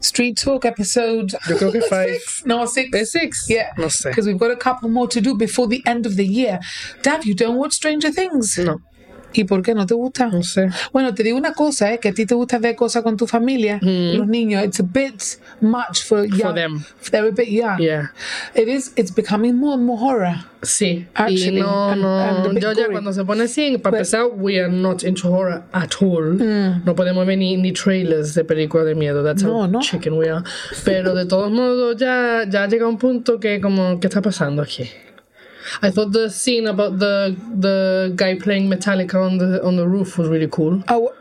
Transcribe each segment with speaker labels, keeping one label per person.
Speaker 1: Street Talk episode.
Speaker 2: Yo creo que five.
Speaker 1: Six? No, six.
Speaker 2: ¿Es six?
Speaker 1: Yeah.
Speaker 2: No sé.
Speaker 1: Because we've got a couple more to do before the end of the year. Dav, you don't watch Stranger Things.
Speaker 2: No,
Speaker 1: ¿Y por qué no te gusta?
Speaker 2: no sé.
Speaker 1: Bueno, te digo una cosa, ¿eh? que a ti te gusta ver cosas con tu familia, los niños. It's a bit much for young.
Speaker 2: Mm. them.
Speaker 1: They're a bit young.
Speaker 2: Yeah.
Speaker 1: It is. It's becoming more and more horror.
Speaker 2: Sí.
Speaker 1: Actually,
Speaker 2: y no,
Speaker 1: and-
Speaker 2: no.
Speaker 1: and a bit
Speaker 2: yo ya
Speaker 1: gory.
Speaker 2: cuando se pone así, para
Speaker 1: But-
Speaker 2: empezar, we are not into horror at all. No podemos ver ni, ni trailers de películas de miedo. That's
Speaker 1: No,
Speaker 2: how
Speaker 1: no.
Speaker 2: chicken we are. Pero de todos modos, ya, ya llega un punto que como, ¿qué está pasando aquí? I thought the scene about the the guy playing Metallica on the on the roof was really cool.
Speaker 1: Oh,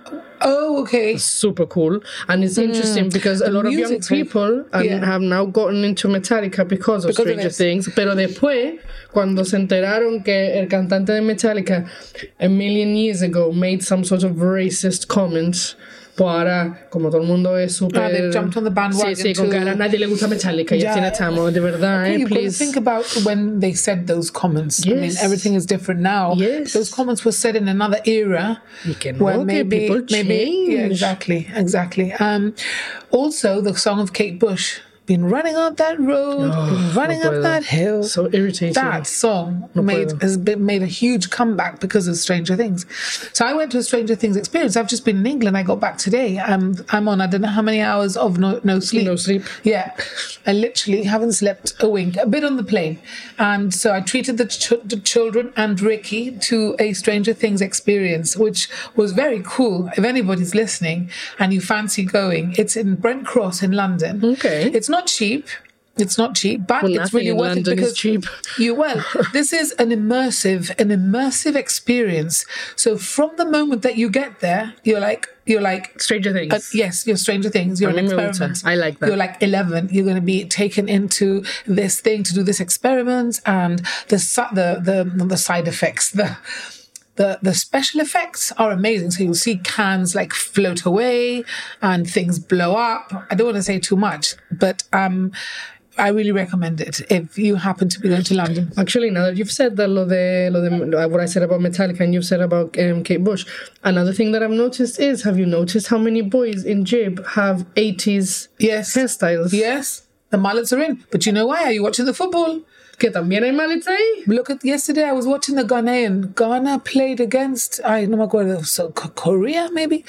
Speaker 1: oh okay.
Speaker 2: super cool and it's interesting because a lot of young
Speaker 1: Mm. music's really-
Speaker 2: people and
Speaker 1: Yeah.
Speaker 2: have now gotten into Metallica because
Speaker 1: Because
Speaker 2: of
Speaker 1: of
Speaker 2: Stranger
Speaker 1: this.
Speaker 2: Things pero después cuando se enteraron que el cantante de Metallica a million years ago made some sort of racist comments pues ahora como todo el mundo es super
Speaker 1: Ah, they've jumped on the bandwagon
Speaker 2: sí, sí con
Speaker 1: to-
Speaker 2: que ahora a nadie le gusta Metallica y
Speaker 1: Ya.
Speaker 2: así no estamos de verdad eh,
Speaker 1: You've got to
Speaker 2: please
Speaker 1: think about when they said those comments. I mean,
Speaker 2: Yes.
Speaker 1: everything is different now.
Speaker 2: Yes.
Speaker 1: Those comments were said in another era.
Speaker 2: Y que no, que people
Speaker 1: yeah,
Speaker 2: change.
Speaker 1: exactly, exactly. Um, also, the song of Kate Bush, "Been running up that road,
Speaker 2: Oh,
Speaker 1: been running
Speaker 2: no
Speaker 1: up
Speaker 2: puedo.
Speaker 1: that hill."
Speaker 2: so irritating
Speaker 1: that song made
Speaker 2: puedo.
Speaker 1: has been, made a huge comeback because of Stranger Things. So I went to a Stranger Things experience. I've just been in England. I got back today. I'm I'm on I don't know how many hours of no, no sleep.
Speaker 2: No sleep.
Speaker 1: Yeah, I literally haven't slept a wink. A bit on the plane, and so I treated the, ch- the children and Ricky to a Stranger Things experience, which was very cool. If anybody's listening and you fancy going, it's in Brent Cross in London.
Speaker 2: Okay.
Speaker 1: it's not cheap. It's not cheap, but
Speaker 2: Well,
Speaker 1: it's
Speaker 2: nothing
Speaker 1: really
Speaker 2: in
Speaker 1: worth
Speaker 2: London
Speaker 1: it
Speaker 2: is
Speaker 1: because
Speaker 2: cheap.
Speaker 1: you well. this is an immersive, an immersive experience. So from the moment that you get there, you're like, you're like,
Speaker 2: Stranger Things
Speaker 1: uh, yes, you're Stranger Things. You're an
Speaker 2: mí me gusta.
Speaker 1: experiment.
Speaker 2: I like that.
Speaker 1: You're like eleven. You're going to be taken into this thing to do this experiment, and the si- the the not the side effects the. The, the special effects are amazing. So you'll see cans like float away and things blow up. I don't want to say too much, but um, I really recommend it if you happen to be going to London.
Speaker 2: Actually, now that you've said that, lo de, lo de, what I said about Metallica and you've said about um, Kate Bush, another thing that I've noticed is have you noticed how many boys in Jib have 80s
Speaker 1: Yes.
Speaker 2: hairstyles?
Speaker 1: Yes. The mullets are in. But you know why? Are you watching the football?
Speaker 2: Que también hay mallets ahí.
Speaker 1: Look at yesterday. I was watching the Ghanaian. Ghana played against I no me acuerdo, so Co- Korea maybe.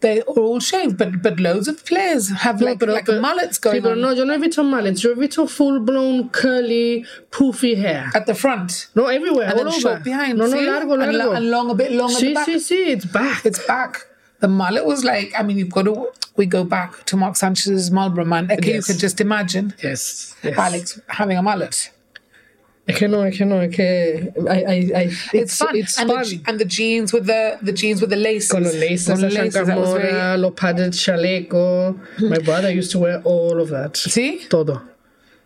Speaker 1: They are all shaved, but but loads of players have like like mullets
Speaker 2: sí,
Speaker 1: going
Speaker 2: pero
Speaker 1: on
Speaker 2: no, yo no he visto mallets, yo he visto full blown curly poofy hair.
Speaker 1: at the front
Speaker 2: No, everywhere,
Speaker 1: and
Speaker 2: all
Speaker 1: then
Speaker 2: over.
Speaker 1: short behind.
Speaker 2: No, no,
Speaker 1: see?
Speaker 2: largo,
Speaker 1: And,
Speaker 2: largo.
Speaker 1: lo- and long a bit long at the
Speaker 2: sí,
Speaker 1: back.
Speaker 2: sí, sí, it's back.
Speaker 1: It's back. The mullet was like I mean you've got to we go back to Mark Sanchez's Marlboro man. Okay, you
Speaker 2: Yes.
Speaker 1: can just imagine
Speaker 2: yes, yes.
Speaker 1: Alex having a mullet.
Speaker 2: Es que no, es que no, es que... I, I, I, it's,
Speaker 1: It's, fun.
Speaker 2: It's
Speaker 1: and,
Speaker 2: fun.
Speaker 1: The, je- and the jeans with the the jeans with the laces.
Speaker 2: con los laces,
Speaker 1: Con
Speaker 2: la
Speaker 1: los laces, that was very-
Speaker 2: chancamora, los padded chaleco. My brother used to wear all of that.
Speaker 1: See?
Speaker 2: Todo.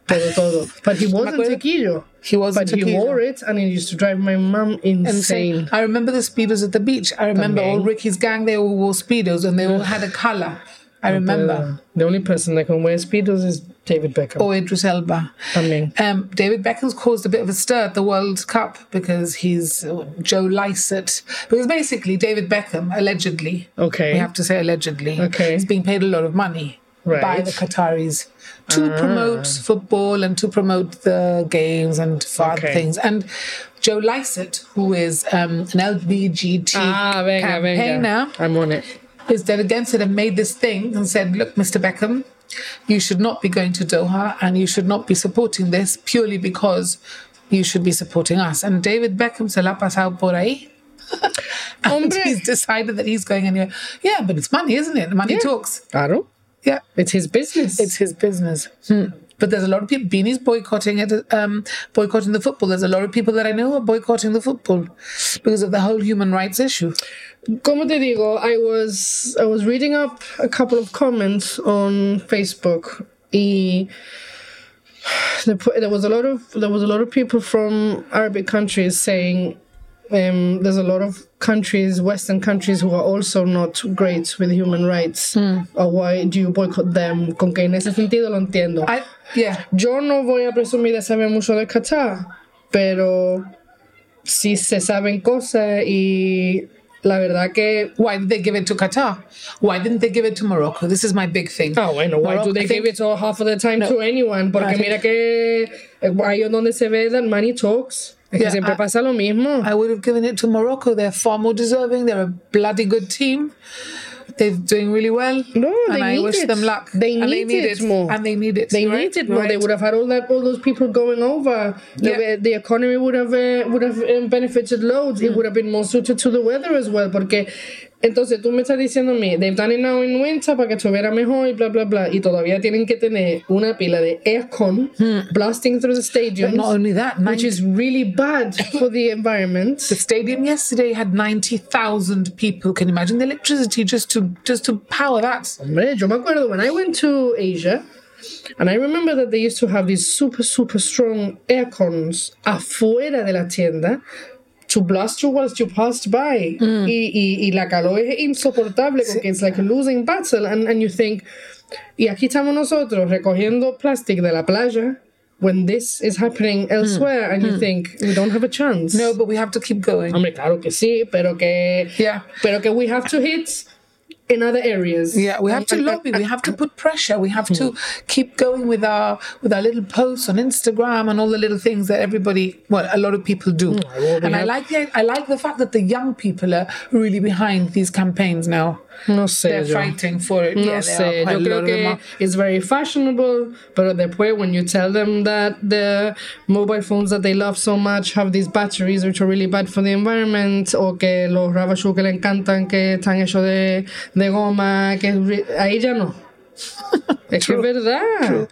Speaker 2: Todo, todo. But he wasn't
Speaker 1: acuerdo.
Speaker 2: tequillo.
Speaker 1: He wasn't
Speaker 2: But he
Speaker 1: tequillo.
Speaker 2: wore it and it used to drive my mom insane.
Speaker 1: insane. I remember the speedos at the beach. I remember all
Speaker 2: También.
Speaker 1: Ricky's gang. They all wore speedos and they all had a color. I remember.
Speaker 2: Uh, the only person that can wear speedos is David Beckham.
Speaker 1: Or Idris Elba.
Speaker 2: También.
Speaker 1: Um, David Beckham's caused a bit of a stir at the World Cup because he's uh, Joe Lycett. Because basically, David Beckham, allegedly,
Speaker 2: Okay.
Speaker 1: we have to say allegedly,
Speaker 2: Okay.
Speaker 1: is being paid a lot of money by
Speaker 2: Right. Ah.
Speaker 1: the Qataris to promote football and to promote the games and for other
Speaker 2: Okay.
Speaker 1: things. And Joe Lycett, who is um, an LGBT
Speaker 2: Ah, venga,
Speaker 1: campaigner,
Speaker 2: venga. I'm on it.
Speaker 1: is dead against it and made this thing and said, Look, Mr. Beckham, you should not be going to Doha and you should not be supporting this purely because you should be supporting us. And David Beckham se la ha pasado por ahí. and
Speaker 2: Hombre.
Speaker 1: he's decided that he's going anywhere. Yeah, but it's money, isn't it? Money
Speaker 2: Yeah.
Speaker 1: talks.
Speaker 2: Claro.
Speaker 1: Yeah.
Speaker 2: It's his business.
Speaker 1: It's his business. Hmm. But there's a lot of people, Beanie's boycotting it, um, boycotting the football. There's a lot of people that I know who are boycotting the football because of the whole human rights issue.
Speaker 2: Como te digo, I was I was reading up a couple of comments on Facebook. Y there pu- there was a lot of there was a lot of people from Arabic countries saying um, there's a lot of countries, Western countries, who are also not great with human rights. Or why do you boycott them? Con que en ese sentido lo entiendo.
Speaker 1: I, yeah.
Speaker 2: Yo no voy a presumir de saber mucho de Qatar, pero sí se saben cosas y la verdad que
Speaker 1: Why did they give it to Qatar? Why didn't they give it to Morocco? This is my big thing.
Speaker 2: Ah, bueno, why
Speaker 1: Morocco,
Speaker 2: do they
Speaker 1: I think-
Speaker 2: give it all half of the time to anyone? Porque
Speaker 1: I think-
Speaker 2: mira que eh, ahí es donde se ve that money talks. Es que
Speaker 1: Yeah,
Speaker 2: siempre
Speaker 1: I-
Speaker 2: pasa lo mismo.
Speaker 1: I would have given it to Morocco. They're far more deserving. They're a bloody good team. They're doing really well.
Speaker 2: No,
Speaker 1: and
Speaker 2: they
Speaker 1: I
Speaker 2: need
Speaker 1: wish
Speaker 2: it.
Speaker 1: them luck.
Speaker 2: They
Speaker 1: and they
Speaker 2: need
Speaker 1: need
Speaker 2: it more.
Speaker 1: And they need it.
Speaker 2: they
Speaker 1: You're right,
Speaker 2: needed more.
Speaker 1: you're
Speaker 2: They
Speaker 1: right.
Speaker 2: would have had all that, all those people going over.
Speaker 1: Yeah. Mm.
Speaker 2: The, the economy would have eh, would have eh, benefited loads. It would have been more suited to the weather as well. Porque entonces tú me estás diciendo a mí, they've done it now in winter para que estuviera mejor y bla bla bla. Y todavía tienen que tener una pila de aircon blasting through the stadiums.
Speaker 1: Mm. Not only that,
Speaker 2: which
Speaker 1: 90
Speaker 2: is really bad for the environment.
Speaker 1: the stadium yesterday had 90,000 people. Can you imagine the electricity just to just to power that?
Speaker 2: Hombre, yo me acuerdo when I went to Asia, and I remember that they used to have these super, super strong aircons afuera de la tienda to blast you whilst you passed by.
Speaker 1: Mm.
Speaker 2: Y, y, y la calor es insoportable porque it's like a losing battle. And, and you think, y aquí estamos nosotros recogiendo plástico de la playa when this is happening elsewhere. And you think, we don't have a chance.
Speaker 1: Mm. No, but we have to keep going.
Speaker 2: Hombre, claro que sí, pero que,
Speaker 1: Yeah.
Speaker 2: pero que we have to hit in other areas.
Speaker 1: Yeah, we have to
Speaker 2: And- and-
Speaker 1: lobby. We have to put pressure. We have
Speaker 2: Hmm.
Speaker 1: to keep going with our with our little posts on Instagram and all the little things that everybody, well, a lot of people do.
Speaker 2: well, we
Speaker 1: and I
Speaker 2: have-
Speaker 1: like the I like the fact that the young people are really behind these campaigns now.
Speaker 2: No sé,
Speaker 1: They're
Speaker 2: yo.
Speaker 1: fighting for it.
Speaker 2: No
Speaker 1: yeah, they
Speaker 2: sé,
Speaker 1: are. Quite a
Speaker 2: yo
Speaker 1: lot
Speaker 2: creo
Speaker 1: of them
Speaker 2: que
Speaker 1: are.
Speaker 2: it's very fashionable, pero después when you tell them that the mobile phones that they love so much have these batteries which are really bad for the environment, o que los rabashu que le encantan que están hechos de, de goma, que re- ahí ya no. es que es verdad.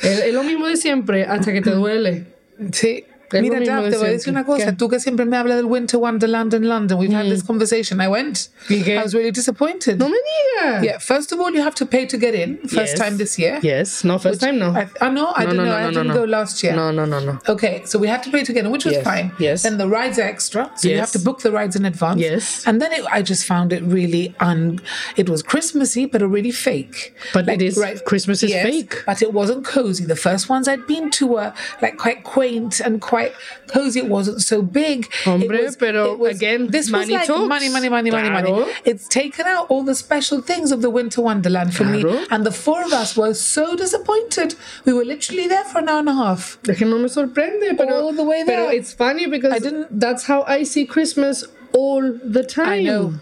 Speaker 2: Es, es lo mismo de siempre hasta que te duele.
Speaker 1: Sí.
Speaker 2: Es lo
Speaker 1: Mira,
Speaker 2: mismo
Speaker 1: Daf,
Speaker 2: de
Speaker 1: te voy a decir
Speaker 2: siempre.
Speaker 1: una cosa.
Speaker 2: ¿Qué? Hmm.
Speaker 1: Tú que siempre me hablas del Winter Wonderland in London. We've had this conversation. I went.
Speaker 2: ¿Y qué?
Speaker 1: I was really disappointed.
Speaker 2: No me digas.
Speaker 1: Yeah, first of all, you have to pay to get in. First
Speaker 2: Yes. time
Speaker 1: time this year.
Speaker 2: Yes, no, first time no.
Speaker 1: I, oh, no, I
Speaker 2: no,
Speaker 1: don't know.
Speaker 2: no, no,
Speaker 1: I
Speaker 2: no,
Speaker 1: didn't
Speaker 2: no.
Speaker 1: go last year.
Speaker 2: No, no, no, no.
Speaker 1: Okay, so we had to pay together, which was
Speaker 2: Yes,
Speaker 1: fine.
Speaker 2: yes.
Speaker 1: Then the rides are extra, so you have
Speaker 2: Yes.
Speaker 1: to book the rides in advance.
Speaker 2: Yes.
Speaker 1: And then it, I just found it really un. It was Christmassy, but really fake.
Speaker 2: But it is- Christmas is fake.
Speaker 1: But it wasn't cozy. The first ones I'd been to were like quite quaint and quite cozy. It wasn't so big. It
Speaker 2: Hombre, pero
Speaker 1: it was-
Speaker 2: again,
Speaker 1: this
Speaker 2: money
Speaker 1: was like
Speaker 2: talks.
Speaker 1: money, money, money, money,
Speaker 2: Claro.
Speaker 1: money. It's taken out all the special things of the Winter Wonderland for
Speaker 2: Claro.
Speaker 1: me, and the four of us were so disappointed. We were literally there for an hour and a half.
Speaker 2: Es que no me sorprende, pero,
Speaker 1: All the way
Speaker 2: pero
Speaker 1: there.
Speaker 2: it's funny because
Speaker 1: I didn't-
Speaker 2: that's how I see Christmas all the time.
Speaker 1: I know.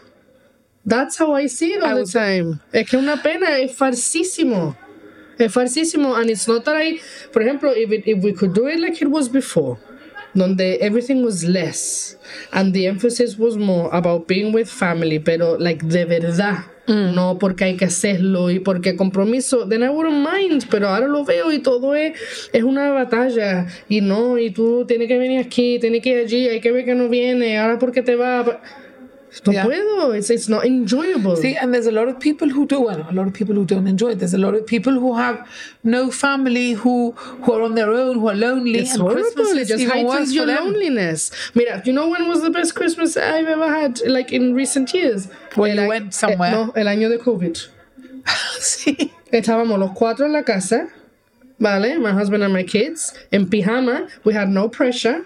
Speaker 2: That's how I see it all
Speaker 1: I
Speaker 2: the
Speaker 1: was-
Speaker 2: time. Es que una pena, es falsísimo. Es falsísimo. And it's not that I, por ejemplo, if, it, if we could do it like it was before, donde everything was less and the emphasis was more about being with family, pero like de verdad. No porque hay que hacerlo y porque compromiso, then I wouldn't mind, pero ahora lo veo y todo es, es una batalla y no, y tú tienes que venir aquí, tienes que ir allí, hay que ver que no viene, ahora porque te va. No
Speaker 1: Yeah.
Speaker 2: puedo, it's, it's not enjoyable.
Speaker 1: See, and there's a lot of people who do, well, a lot of people who don't enjoy it. There's a lot of people who have no family, who who are on their own, who are lonely.
Speaker 2: It's
Speaker 1: and
Speaker 2: horrible.
Speaker 1: Christmas
Speaker 2: It
Speaker 1: is
Speaker 2: just
Speaker 1: even worse
Speaker 2: heightens your
Speaker 1: for them.
Speaker 2: loneliness. Mira, you know when was the best Christmas I've ever had, like in recent years?
Speaker 1: When you
Speaker 2: a-
Speaker 1: went somewhere.
Speaker 2: eh, no, el año de COVID.
Speaker 1: See,
Speaker 2: Estábamos los cuatro en la casa, ¿vale? My husband and my kids, en pijama. We had no pressure,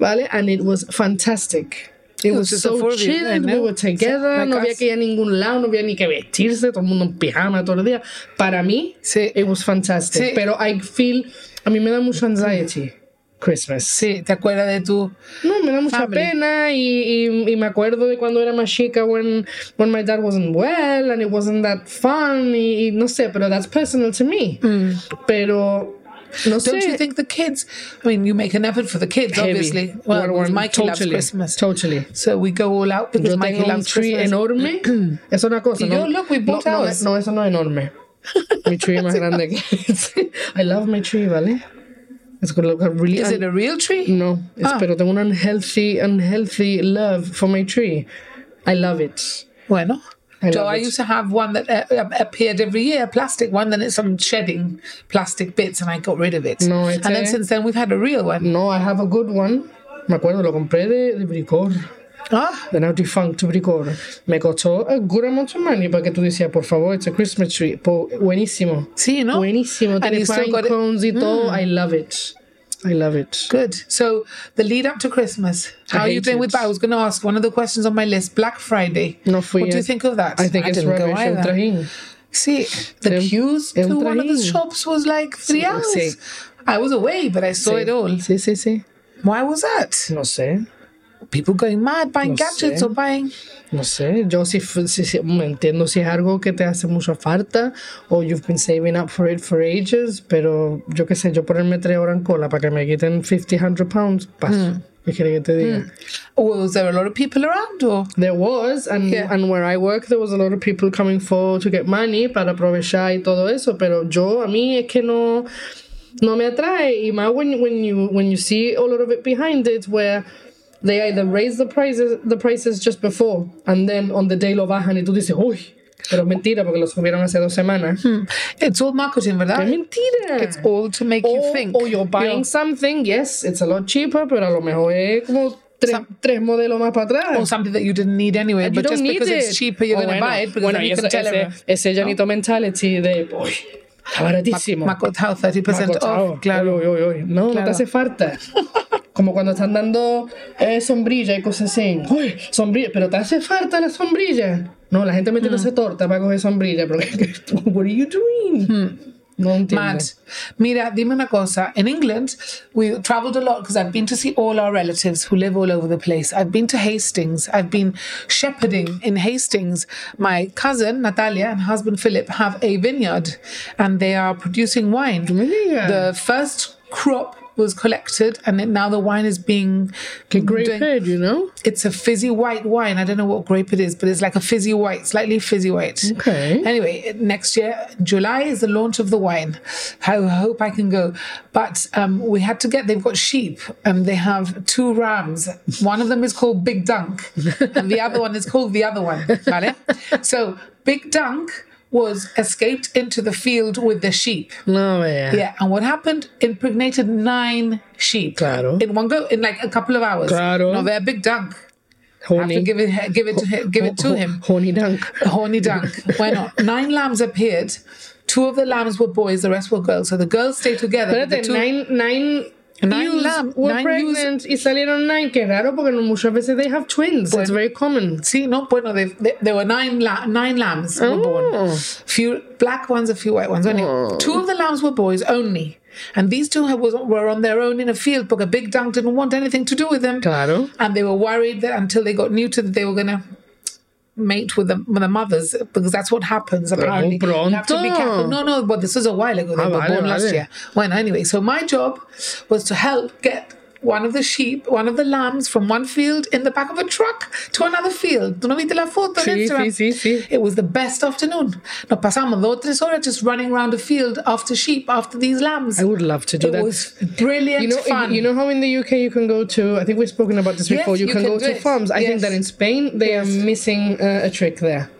Speaker 2: ¿vale? And it was fantastic. It
Speaker 1: was
Speaker 2: was
Speaker 1: just the four
Speaker 2: so
Speaker 1: of you, I
Speaker 2: chill, we
Speaker 1: know.
Speaker 2: were together,
Speaker 1: Like
Speaker 2: no había
Speaker 1: us.
Speaker 2: que ir a ningún lado, no había ni que vestirse, todo el mundo en pijama todo el día. Para mí,
Speaker 1: Sí.
Speaker 2: it was fantastic.
Speaker 1: Sí.
Speaker 2: Pero I feel, a mí me da mucha anxiety Christmas.
Speaker 1: sí, te acuerdas de tu.
Speaker 2: No, me da mucha
Speaker 1: Family.
Speaker 2: pena y, y, y me acuerdo de cuando era más chica when, when my dad wasn't well and it wasn't that fun y, y no sé, pero that's personal to me. Pero no
Speaker 1: Mm. Don't
Speaker 2: sé.
Speaker 1: you think the kids? I mean, you make an effort for the kids,
Speaker 2: Heavy.
Speaker 1: obviously. Well,
Speaker 2: One, one,
Speaker 1: Mikey loves
Speaker 2: totally,
Speaker 1: Christmas,
Speaker 2: Totally.
Speaker 1: so we go all out because
Speaker 2: Yo
Speaker 1: Mikey
Speaker 2: tengo un
Speaker 1: loves
Speaker 2: tree
Speaker 1: Christmas.
Speaker 2: enorme. es una cosa.
Speaker 1: Y
Speaker 2: no,
Speaker 1: yo, look, we bought
Speaker 2: no,
Speaker 1: ours.
Speaker 2: No, no, eso no es enorme. Mi tree es más grande que I love my tree, ¿vale? It's gonna look really
Speaker 1: Is it a real tree?
Speaker 2: No, it's,
Speaker 1: Ah.
Speaker 2: pero tengo un unhealthy, unhealthy love for my tree. I love it.
Speaker 1: Bueno.
Speaker 2: I
Speaker 1: so
Speaker 2: love
Speaker 1: I
Speaker 2: it.
Speaker 1: used to have one that uh, appeared every year, a plastic one, then it's some shedding plastic bits, and I got rid of it.
Speaker 2: No,
Speaker 1: and
Speaker 2: it's
Speaker 1: then
Speaker 2: a-
Speaker 1: since then we've had a real one.
Speaker 2: No, I have a good one. Me acuerdo, lo compré de, de Bricor,
Speaker 1: Ah,
Speaker 2: de now defunct Bricor. Me costó a good amount of money porque tú decías, por favor, it's a Christmas tree. Po- buenísimo.
Speaker 1: Sí, ¿no?
Speaker 2: Buenísimo.
Speaker 1: And
Speaker 2: Tiene
Speaker 1: you still
Speaker 2: pine
Speaker 1: got it. Mm.
Speaker 2: cones y todo. I love it. I love it.
Speaker 1: Good. So the lead up to Christmas. How are you
Speaker 2: hate
Speaker 1: doing with
Speaker 2: it.
Speaker 1: that? I was going to ask one of the questions on my list: Black Friday.
Speaker 2: Not for
Speaker 1: What do you
Speaker 2: yet.
Speaker 1: think of that?
Speaker 2: I think it's
Speaker 1: didn't go
Speaker 2: rubbish. El
Speaker 1: either.
Speaker 2: trajín.
Speaker 1: See, the
Speaker 2: El-
Speaker 1: queues
Speaker 2: El
Speaker 1: to one of the
Speaker 2: Trajín.
Speaker 1: shops was like three
Speaker 2: Sí,
Speaker 1: hours.
Speaker 2: sí.
Speaker 1: I was away, but I saw it all.
Speaker 2: Sí, sí, sí.
Speaker 1: Why was that?
Speaker 2: No sé.
Speaker 1: People going mad buying
Speaker 2: No
Speaker 1: gadgets
Speaker 2: sé.
Speaker 1: or buying.
Speaker 2: No sé, yo si, fu- si, si- me entiendo si es algo que te hace mucha falta o you've been saving up for it for ages, pero yo qué sé, yo ponerme tres horas en cola para que me quiten 50, 100 pounds, paso. ¿Qué quiere que te diga?
Speaker 1: Or was there a lot of people around? Or
Speaker 2: There was, and,
Speaker 1: Yeah.
Speaker 2: and where I work, there was a lot of people coming for to get money para aprovechar y todo eso, pero yo, a mí es que no, no me atrae. Y más when, when, you, when you see a lot of it behind it, where they either raise the prices, the prices just before, and then on the day lo bajan y tú dices, uy, pero es mentira porque lo subieron hace dos semanas.
Speaker 1: it's all marketing, verdad?
Speaker 2: Es mentira.
Speaker 1: It's all to make you
Speaker 2: O-
Speaker 1: think.
Speaker 2: o you're buying something, yes, it's a lot cheaper, pero a lo mejor es como tres, tres modelos más para atrás.
Speaker 1: or something that you didn't need anyway,
Speaker 2: You
Speaker 1: but
Speaker 2: don't
Speaker 1: just
Speaker 2: need
Speaker 1: because it's
Speaker 2: it.
Speaker 1: cheaper, you're
Speaker 2: Oh,
Speaker 1: going to
Speaker 2: bueno.
Speaker 1: buy it because
Speaker 2: Bueno,
Speaker 1: then
Speaker 2: y
Speaker 1: you can
Speaker 2: ese,
Speaker 1: tell
Speaker 2: ese,
Speaker 1: everyone.
Speaker 2: ese llanito mentality de, uy, está baratísimo.
Speaker 1: Macotao 30%
Speaker 2: Macotao.
Speaker 1: off. Claro.
Speaker 2: Uy, uy, uy. No, no
Speaker 1: Claro.
Speaker 2: te hace falta. Como cuando están dando eh, sombrilla y cosas así. Uy, sombrilla, pero te hace falta la sombrilla. No, la gente metiéndose torta para coger sombrilla. Pero, what are you doing? No entiendo.
Speaker 1: Mad. Mira, dime una cosa. In England, we traveled a lot because I've been to see all our relatives who live all over the place. I've been to Hastings. I've been shepherding in Hastings. My cousin, Natalia, and husband, Philip, have a vineyard and they are producing wine.
Speaker 2: digas.
Speaker 1: The first crop was collected and it, now the wine is being
Speaker 2: Qué great
Speaker 1: doing-
Speaker 2: head, you know?
Speaker 1: it's a fizzy white wine. I don't know what grape it is, but it's like a fizzy white, slightly fizzy white.
Speaker 2: Okay.
Speaker 1: Anyway, next year, July is the launch of the wine. I hope I can go. But um, we had to get, they've got sheep and they have two rams. One of them is called Big Dunk, and the other one is called the other one. ¿vale? So, Big Dunk was escaped into the field with the sheep.
Speaker 2: No, vea.
Speaker 1: Yeah, and what happened? Impregnated nine sheep.
Speaker 2: Claro.
Speaker 1: In one go, in like a couple of hours.
Speaker 2: Claro.
Speaker 1: No, they're big dunk. Have to
Speaker 2: Horny.
Speaker 1: give it, give it, to him, give it to him.
Speaker 2: Horny dunk.
Speaker 1: Horny dunk. Why not? Nine lambs appeared. Two of the lambs were boys, the rest were girls. So the girls stayed together. but the
Speaker 2: Espérate,
Speaker 1: two-
Speaker 2: nine, nine,
Speaker 1: Nine
Speaker 2: ewes
Speaker 1: lamb-
Speaker 2: were
Speaker 1: nine ewes-
Speaker 2: pregnant y salieron nine. Qué raro porque no- muchas veces they have twins. It's very common.
Speaker 1: See, no, bueno, they, they, there were nine la- nine lambs were born.
Speaker 2: Oh.
Speaker 1: Few black ones, a few white ones. Only two of the lambs were boys only, and these two had- was, were on their own in a field because Big Dunk didn't want anything to do with them.
Speaker 2: Claro.
Speaker 1: and they were worried that until they got neutered, that they were going to mate with the, with the mothers because that's what happens apparently. You have to be
Speaker 2: pronto.
Speaker 1: careful. No, no, but this was a while ago. They
Speaker 2: Ah,
Speaker 1: were
Speaker 2: vale,
Speaker 1: born last
Speaker 2: vale.
Speaker 1: year. Well, anyway, so my job was to help get one of the sheep, one of the lambs from one field in the back of a truck to another field. ¿Tú no viste la foto en
Speaker 2: Sí,
Speaker 1: Instagram?
Speaker 2: sí, sí, sí.
Speaker 1: It was the best afternoon. Nos pasamos dos tres horas just running around a field after sheep, after these lambs.
Speaker 2: I would love to do
Speaker 1: it
Speaker 2: that.
Speaker 1: was brilliant
Speaker 2: you know,
Speaker 1: fun.
Speaker 2: you know how in the UK you can go to. I think we've spoken about this
Speaker 1: Yes,
Speaker 2: before. You,
Speaker 1: you
Speaker 2: can,
Speaker 1: can
Speaker 2: go
Speaker 1: do
Speaker 2: to
Speaker 1: it.
Speaker 2: farms. I think
Speaker 1: Yes.
Speaker 2: that in Spain they
Speaker 1: Yes.
Speaker 2: are missing uh, a trick there.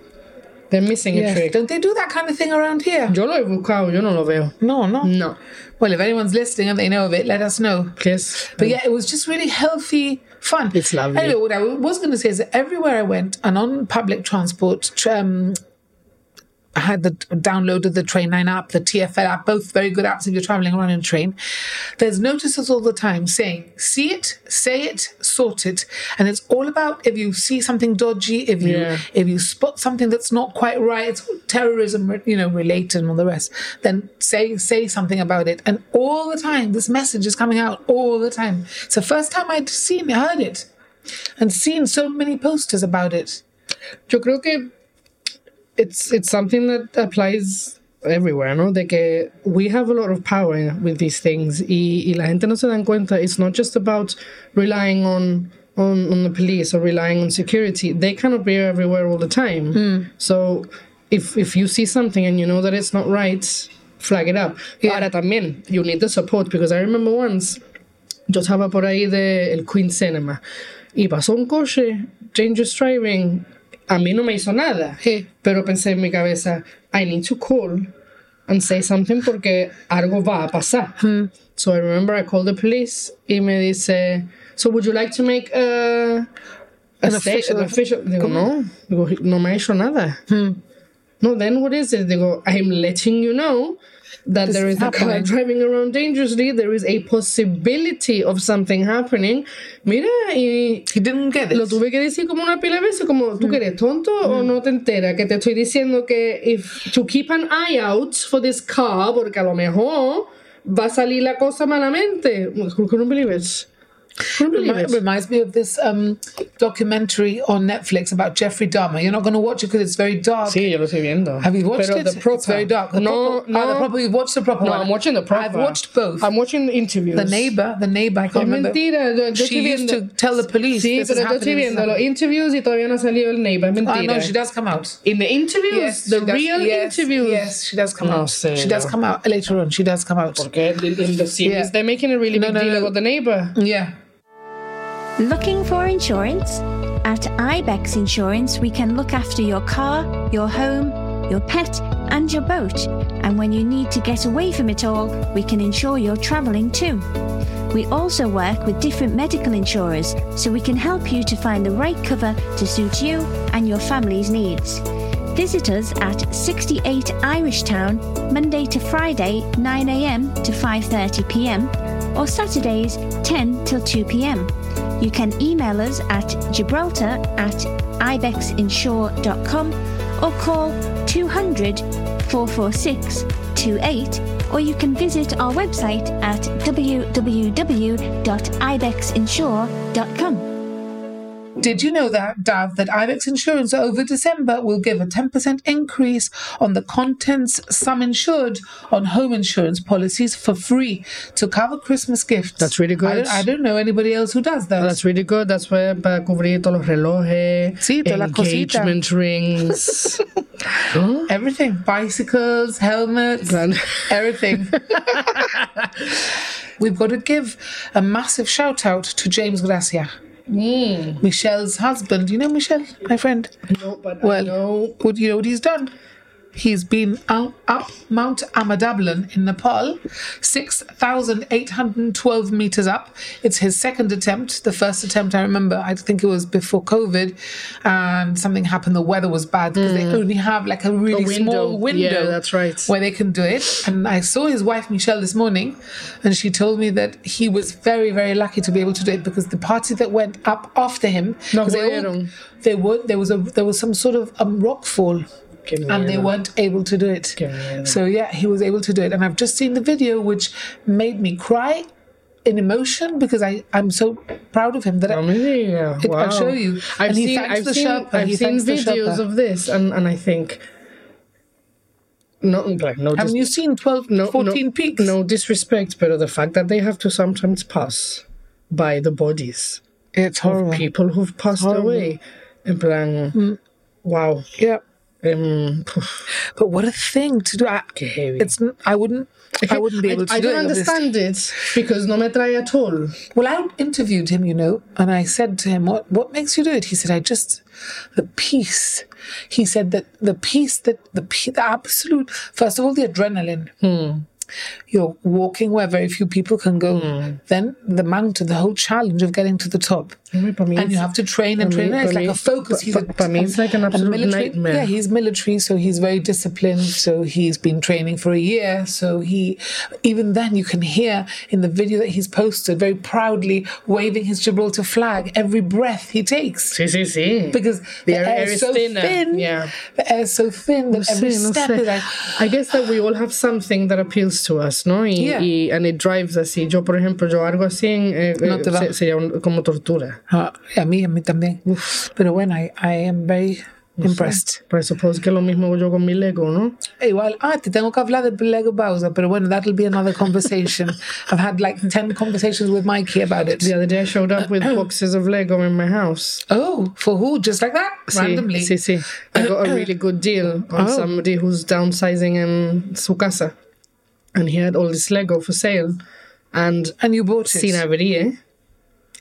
Speaker 2: They're missing
Speaker 1: Yes.
Speaker 2: a trick.
Speaker 1: Don't they do that kind of thing around here?
Speaker 2: Yo lo he buscado. Yo no lo veo.
Speaker 1: No, no.
Speaker 2: No.
Speaker 1: Well, if anyone's listening and they know of it, let us know.
Speaker 2: Yes.
Speaker 1: But yeah, it was just really healthy fun.
Speaker 2: It's lovely.
Speaker 1: Anyway, what I was going to say is that everywhere I went and on public transport, tr- um, I had the downloaded the Train Nine app, the TFL app, both very good apps if you're traveling around in a train. There's notices all the time saying, see it, say it, sort it. And it's all about if you see something dodgy, if you
Speaker 2: Yeah.
Speaker 1: if you spot something that's not quite right, it's terrorism you know, related and all the rest, then say say something about it. And all the time, this message is coming out all the time. It's the first time I'd seen heard it and seen so many posters about it.
Speaker 2: Yo creo que it's it's something that applies everywhere, ¿no? De que we have a lot of power with these things y, y la gente no se dan cuenta. It's not just about relying on on, on the police or relying on security. They cannot be everywhere all the time. So if if you see something and you know that it's not right, flag it up. Ahora también, you need the support because I remember once yo estaba por ahí del Queen Cinema y pasó un coche, Dangerous Driving, a mí no me hizo nada,
Speaker 1: Sí.
Speaker 2: pero pensé en mi cabeza, I need to call and say something porque algo va a pasar. So I remember I called the police y me dice, so would you like to make a, a
Speaker 1: An
Speaker 2: sta-
Speaker 1: official-
Speaker 2: an official-" Digo, no, Digo, no me ha hecho nada. No, then what is it? They go, I'm letting you know that
Speaker 1: This
Speaker 2: there
Speaker 1: is
Speaker 2: is a car
Speaker 1: happening.
Speaker 2: driving around dangerously. There is a posibility of something happening. Mira, y
Speaker 1: He didn't get it.
Speaker 2: lo tuve que decir como una pila de veces, como tú que eres tonto o no te enteras, que te estoy diciendo que if to keep an eye out for this car, porque a lo mejor va a salir la cosa malamente. Couldn't believe it. Couldn't believe
Speaker 1: Remi-
Speaker 2: it.
Speaker 1: reminds me of this um, documentary on Netflix about Jeffrey Dahmer. You're not going to watch it because it's very dark.
Speaker 2: Sí, yo lo estoy viendo.
Speaker 1: Have you watched
Speaker 2: Pero
Speaker 1: it?
Speaker 2: The proper.
Speaker 1: It's very dark. The
Speaker 2: no,
Speaker 1: proper, Ah, the
Speaker 2: no.
Speaker 1: proper. You've watched the proper
Speaker 2: no,
Speaker 1: one.
Speaker 2: I'm watching the proper.
Speaker 1: I've watched both.
Speaker 2: I'm watching the interviews.
Speaker 1: the neighbor, the neighbor. I can't
Speaker 2: Es
Speaker 1: remember.
Speaker 2: mentira. Yo, yo
Speaker 1: she
Speaker 2: estoy
Speaker 1: used to
Speaker 2: viendo.
Speaker 1: tell the police.
Speaker 2: Sí,
Speaker 1: this is
Speaker 2: pero yo estoy
Speaker 1: happening, this is
Speaker 2: viendo los
Speaker 1: happening.
Speaker 2: interviews y todavía no ha salido el neighbor. Es mentira.
Speaker 1: Ah, no, she does come out.
Speaker 2: In the interviews, the
Speaker 1: she does-
Speaker 2: real
Speaker 1: yes,
Speaker 2: interviews.
Speaker 1: Yes, she does come
Speaker 2: No
Speaker 1: out.
Speaker 2: sé,
Speaker 1: She does
Speaker 2: no.
Speaker 1: come out later on. She does come out.
Speaker 2: Porque in in the series
Speaker 1: Yeah.
Speaker 2: they're making a really
Speaker 1: No,
Speaker 2: big
Speaker 1: no,
Speaker 2: deal
Speaker 1: no.
Speaker 2: about the neighbor.
Speaker 1: Yeah.
Speaker 3: Looking for insurance? At IBEX Insurance, we can look after your car, your home, your pet, and your boat. And when you need to get away from it all, we can insure your travelling too. We also work with different medical insurers, so we can help you to find the right cover to suit you and your family's needs. Visit us at 68 Irish Town, Monday to Friday, 9am to 5.30pm, or Saturdays, 10 till 2pm. You can email us at gibraltar at ibexinsure.com or call 200 446 28, or you can visit our website at www.ibexinsure.com.
Speaker 1: Did you know that, Dav, that IBEX Insurance over December will give a 10% increase on the contents sum insured on home insurance policies for free to cover Christmas gifts?
Speaker 2: That's really good.
Speaker 1: I don't, I don't know anybody else who does that.
Speaker 2: That's really good. That's where para cubrir todos los relojes,
Speaker 1: Sí, todas las cositas.
Speaker 2: engagement rings. ¿No?
Speaker 1: Everything bicycles, helmets,
Speaker 2: Plan-
Speaker 1: everything. We've got to give a massive shout out to James Gracia,
Speaker 2: Mm.
Speaker 1: Michelle's husband. You know Michelle, my friend?
Speaker 2: No, but I
Speaker 1: Well,
Speaker 2: know.
Speaker 1: what you know what he's done? He's been out, up Mount Amadablan in Nepal, 6,812 meters up. It's his second attempt. The first attempt, I remember, I think it was before COVID, and something happened. The weather was bad because they only have like a really
Speaker 2: Mm. window.
Speaker 1: small window.
Speaker 2: Yeah, that's right.
Speaker 1: Where they can do it. And I saw his wife, Michelle, this morning, and she told me that he was very, very lucky to be able to do it because the party that went up after him.
Speaker 2: No
Speaker 1: 'cause they all-
Speaker 2: fueron.
Speaker 1: they were there was a there was some sort of um, rock fall
Speaker 2: Qué
Speaker 1: and they
Speaker 2: miedo.
Speaker 1: weren't able to do it
Speaker 2: Qué miedo.
Speaker 1: so yeah he was able to do it and i've just seen the video which made me cry in emotion because i i'm so proud of him that
Speaker 2: No
Speaker 1: I,
Speaker 2: me diga.
Speaker 1: It-
Speaker 2: wow.
Speaker 1: I'll show you.
Speaker 2: I've
Speaker 1: And he
Speaker 2: seen,
Speaker 1: thanks
Speaker 2: I've
Speaker 1: the
Speaker 2: seen,
Speaker 1: Sherpa.
Speaker 2: I've
Speaker 1: He
Speaker 2: seen
Speaker 1: thanks the
Speaker 2: videos
Speaker 1: Sherpa.
Speaker 2: of this, and, and I think. No, like, no,
Speaker 1: have
Speaker 2: dis-
Speaker 1: you seen 12
Speaker 2: no,
Speaker 1: 14
Speaker 2: no,
Speaker 1: peaks
Speaker 2: No disrespect, but the fact that they have to sometimes pass by the bodies
Speaker 1: it's
Speaker 2: of people who've passed
Speaker 1: Oh. Horrible. Mm.
Speaker 2: away. In plan, wow.
Speaker 1: yeah
Speaker 2: Um,
Speaker 1: but what a thing to do I,
Speaker 2: Qué heavy.
Speaker 1: it's n- i wouldn't i wouldn't be able to
Speaker 2: I
Speaker 1: do
Speaker 2: don't
Speaker 1: it obviously.
Speaker 2: understand it because no me trae at all.
Speaker 1: Well, I interviewed him, you know, and I said to him, "What what makes you do it?" He said, "I just the peace." He said that the peace that the pe- the absolute first of all the adrenaline.
Speaker 2: Hmm.
Speaker 1: You're walking where very few people can go.
Speaker 2: Hmm.
Speaker 1: Then the mountain, the whole challenge of getting to the top,
Speaker 2: Para mí
Speaker 1: and you
Speaker 2: es-
Speaker 1: have to train and
Speaker 2: for me-
Speaker 1: train. and it's
Speaker 2: for
Speaker 1: like
Speaker 2: me-
Speaker 1: a focus.
Speaker 2: for-
Speaker 1: He's
Speaker 2: for- for me, it's like an
Speaker 1: a
Speaker 2: absolute
Speaker 1: military,
Speaker 2: nightmare.
Speaker 1: Yeah, he's military, so he's very disciplined. So he's been training for a year. So he, even then, you can hear in the video that he's posted very proudly waving his Gibraltar flag every breath he takes.
Speaker 2: Sí, sí, sí.
Speaker 1: Because the, air, is so
Speaker 2: thinner,
Speaker 1: thin.
Speaker 2: yeah.
Speaker 1: The air is so thin that every
Speaker 2: Sí, no
Speaker 1: step
Speaker 2: sé.
Speaker 1: is like,
Speaker 2: I guess that we all have something that appeals to us, ¿no? Y,
Speaker 1: Yeah.
Speaker 2: y- and it drives us. Y yo, por ejemplo, yo algo así en, eh,
Speaker 1: No te
Speaker 2: eh,
Speaker 1: va.
Speaker 2: se- sería un- como tortura.
Speaker 1: ah, a mí, a mí también. Pero bueno, I, I am very impressed.
Speaker 2: Pero supongo que lo mismo hago yo con mi Lego, ¿no?
Speaker 1: Igual, ah, te tengo que hablar de Lego Bowser, pero bueno, that'll be another conversation. I've had like 10 conversations with Mikey about it.
Speaker 2: The other day I showed up with boxes of Lego in my house.
Speaker 1: Oh, for who? Just like that? Randomly?
Speaker 2: Sí, sí, sí. I got a really good deal on
Speaker 1: Oh.
Speaker 2: somebody who's downsizing in su casa. And he had all this Lego for sale. And
Speaker 1: And you bought it?
Speaker 2: sin abrir, eh?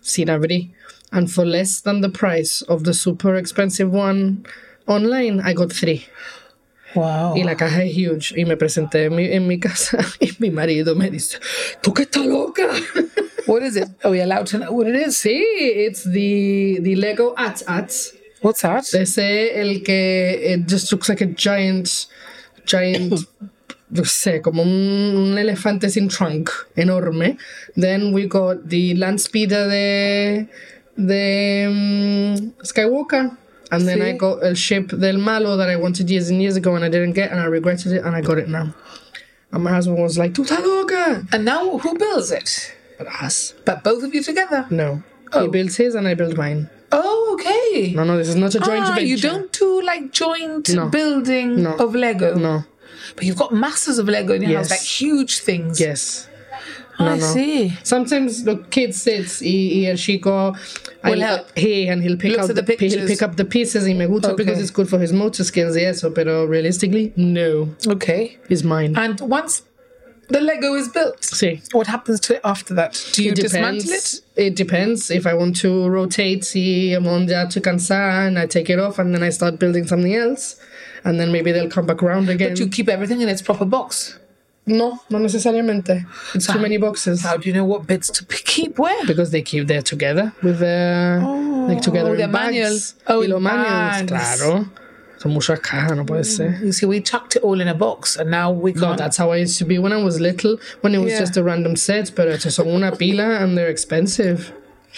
Speaker 2: Sin abrir. And for less than the price of the super expensive one online, I got three.
Speaker 1: Wow.
Speaker 2: Y la caja es huge. Y me presenté en mi, en mi casa y mi marido me dice, ¿tú que estás loca?
Speaker 1: What is it? Are we allowed to know what it is?
Speaker 2: sí, it's the, the Lego at at.
Speaker 1: What's that?
Speaker 2: eh, Ese el que it just looks like a giant, giant yo sé, como un, un elefante sin trunk enorme. Then we got the land speeder de, de mm, Skywalker. And then I
Speaker 1: Sí.
Speaker 2: got a ship del Malo that I wanted years and years ago and I didn't get and I regretted it and I got it now. And my husband was like, Tuta loca!
Speaker 1: And now who builds it?
Speaker 2: But us.
Speaker 1: But both of you together.
Speaker 2: No. He
Speaker 1: Oh.
Speaker 2: builds his and I build mine.
Speaker 1: Oh, okay.
Speaker 2: No, no, this is not a joint
Speaker 1: ah,
Speaker 2: venture.
Speaker 1: you don't do like joint
Speaker 2: No.
Speaker 1: building
Speaker 2: No.
Speaker 1: of Lego.
Speaker 2: No.
Speaker 1: But you've got masses of Lego in your house,
Speaker 2: Yes.
Speaker 1: like huge things.
Speaker 2: Yes.
Speaker 1: I
Speaker 2: no.
Speaker 1: see.
Speaker 2: Sometimes the kid sits, he, he and she go,
Speaker 1: Will
Speaker 2: and
Speaker 1: help.
Speaker 2: He and he'll pick
Speaker 1: Looks
Speaker 2: up
Speaker 1: at the
Speaker 2: pi- he'll
Speaker 1: pictures.
Speaker 2: pick up the pieces. He me gusta because
Speaker 1: Okay.
Speaker 2: it's good for his motor skills. Yes, so, pero realistically, no,
Speaker 1: Okay.
Speaker 2: is mine.
Speaker 1: And once the Lego is built,
Speaker 2: See,
Speaker 1: what happens to it after that? Do you dismantle it?
Speaker 2: It depends. If I want to rotate, si I'm on the to cansar, and I take it off, and then I start building something else, and then maybe they'll come back around again.
Speaker 1: Do you keep everything in its proper box?
Speaker 2: no, no necesariamente. It's
Speaker 1: Ah.
Speaker 2: too many boxes.
Speaker 1: How do you know what bits to p- keep where?
Speaker 2: because they keep there together with the like together
Speaker 1: with
Speaker 2: in
Speaker 1: Oh, the
Speaker 2: bags.
Speaker 1: manuals. Oh,
Speaker 2: y
Speaker 1: in
Speaker 2: los manuals,
Speaker 1: bags. Mm.
Speaker 2: claro. Son muchas cajas, no puede ser.
Speaker 1: You see, we chucked it all in a box, and now we
Speaker 2: No,
Speaker 1: can't.
Speaker 2: that's how I used to be when I was little, when it was
Speaker 1: Yeah.
Speaker 2: just a random set, pero estos son una pila and they're expensive.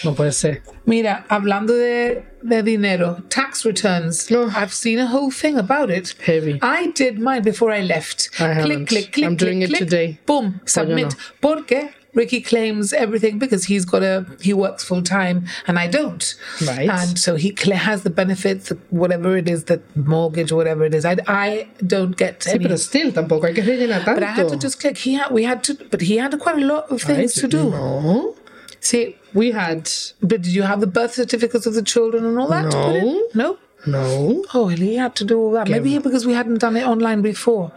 Speaker 2: No puede ser.
Speaker 1: Mira, hablando de, de dinero, tax returns.
Speaker 2: Oh.
Speaker 1: I've seen a whole thing about it.
Speaker 2: Heavy.
Speaker 1: I did mine before I left.
Speaker 2: I haven't.
Speaker 1: click, click, click,
Speaker 2: I'm doing
Speaker 1: click,
Speaker 2: it
Speaker 1: click.
Speaker 2: today.
Speaker 1: Boom, submit. Porque Ricky claims everything because he's got a he works full time and I don't.
Speaker 2: Right.
Speaker 1: And so he cl- has the benefits, whatever it is, the mortgage, whatever it is. I, I don't get
Speaker 2: Sí,
Speaker 1: any.
Speaker 2: pero still, tampoco hay que rellenar tanto.
Speaker 1: but I had to just click. He had, we had to, but he had quite a lot of
Speaker 2: Right?
Speaker 1: things to do.
Speaker 2: Mm. No.
Speaker 1: See,
Speaker 2: We had,
Speaker 1: but did you have the birth certificates of the children and all that? to put in?
Speaker 2: No.
Speaker 1: No.
Speaker 2: no.
Speaker 1: Oh, and he had to do all that. Maybe because we hadn't done it online before.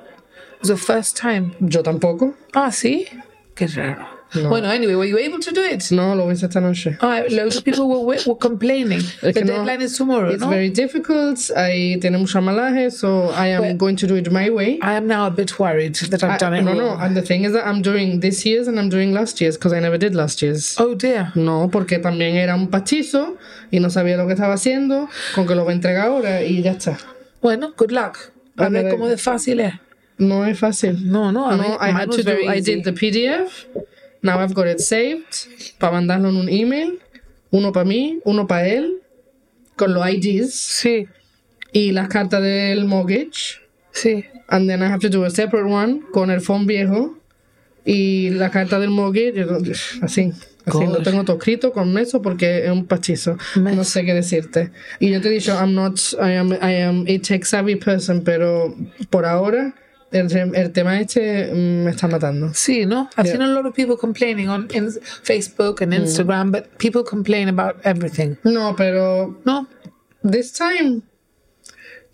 Speaker 1: It was the first time.
Speaker 2: Yo tampoco.
Speaker 1: Ah, sí. Qué raro. Bueno, anyway, were you able to do it?
Speaker 2: No, lo hice esta noche.
Speaker 1: Ah, loads of people were, wi- were complaining.
Speaker 2: Es
Speaker 1: the
Speaker 2: que no,
Speaker 1: deadline is tomorrow,
Speaker 2: It's
Speaker 1: no?
Speaker 2: very difficult. I tiene mucho malaje, so I am
Speaker 1: But-
Speaker 2: going to do it my way.
Speaker 1: I am now a bit worried that I've
Speaker 2: I-
Speaker 1: done it
Speaker 2: Ah, no,
Speaker 1: wrong.
Speaker 2: no. And the thing is that I'm doing this year's and I'm doing last year's because I never did last year's.
Speaker 1: Oh, dear.
Speaker 2: No, porque también era un pastizo y no sabía lo que estaba haciendo, con que lo va a entregar ahora y ya está.
Speaker 1: Bueno, good luck. A
Speaker 2: Bueno,
Speaker 1: ver
Speaker 2: de-
Speaker 1: cómo de fácil es.
Speaker 2: No es fácil.
Speaker 1: No, no, I, mean,
Speaker 2: No, I
Speaker 1: mine
Speaker 2: had
Speaker 1: was
Speaker 2: to do.
Speaker 1: very
Speaker 2: I
Speaker 1: easy.
Speaker 2: did the PDF. Now I've got it saved para mandarlo en un email, uno para mí, uno para él, con los IDs
Speaker 1: Sí,
Speaker 2: y las cartas del mortgage.
Speaker 1: sí.
Speaker 2: And then I have to do a separate one con el phone viejo y la carta del mortgage. yo- Así. Así lo
Speaker 1: Gosh.
Speaker 2: tengo todo escrito con meso porque es un pastizo.
Speaker 1: Meso.
Speaker 2: No sé qué decirte. Y yo te he dicho, I'm not, I am, I am a tech savvy person, pero por ahora el, tem- el tema este mm, me está matando.
Speaker 1: See, no, I've seen a lot of people complaining on in Facebook
Speaker 2: Hmm.
Speaker 1: and Instagram, but people complain about everything.
Speaker 2: No, pero
Speaker 1: No,
Speaker 2: this time,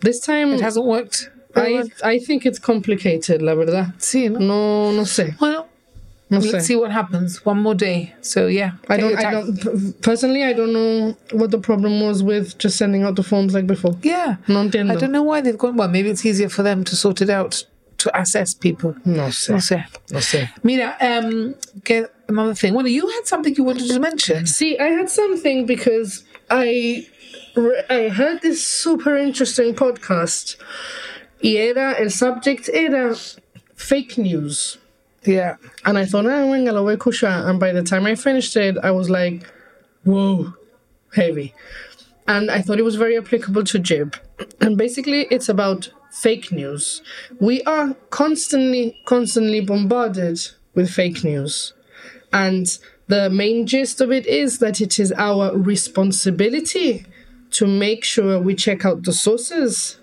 Speaker 2: this time,
Speaker 1: it hasn't worked. very
Speaker 2: I,
Speaker 1: well.
Speaker 2: I think it's complicated, la verdad.
Speaker 1: See, no.
Speaker 2: No, no sé,
Speaker 1: Well,
Speaker 2: no
Speaker 1: let's
Speaker 2: sé.
Speaker 1: see what happens. One more day. So yeah,
Speaker 2: I
Speaker 1: take
Speaker 2: don't,
Speaker 1: your
Speaker 2: I
Speaker 1: time.
Speaker 2: don't, p- personally, I don't know what the problem was with just sending out the forms like before.
Speaker 1: Yeah,
Speaker 2: No entiendo.
Speaker 1: I don't know why they've gone. Well, maybe it's easier for them to sort it out to assess people.
Speaker 2: No sé.
Speaker 1: No sé.
Speaker 2: No sé.
Speaker 1: Mira, um, get another thing. Well, you had something you wanted to mention.
Speaker 2: See, I had something because I, re- I heard this super interesting podcast. Y era, el subject era fake news.
Speaker 1: Yeah,
Speaker 2: And I thought, ah, venga, lo voy a escuchar. And by the time I finished it, I was like, whoa, heavy. And I thought it was very applicable to Jib. And basically, it's about fake news. We are constantly, constantly bombarded with fake news. And the main gist of it is that it is our responsibility to make sure we check out the sources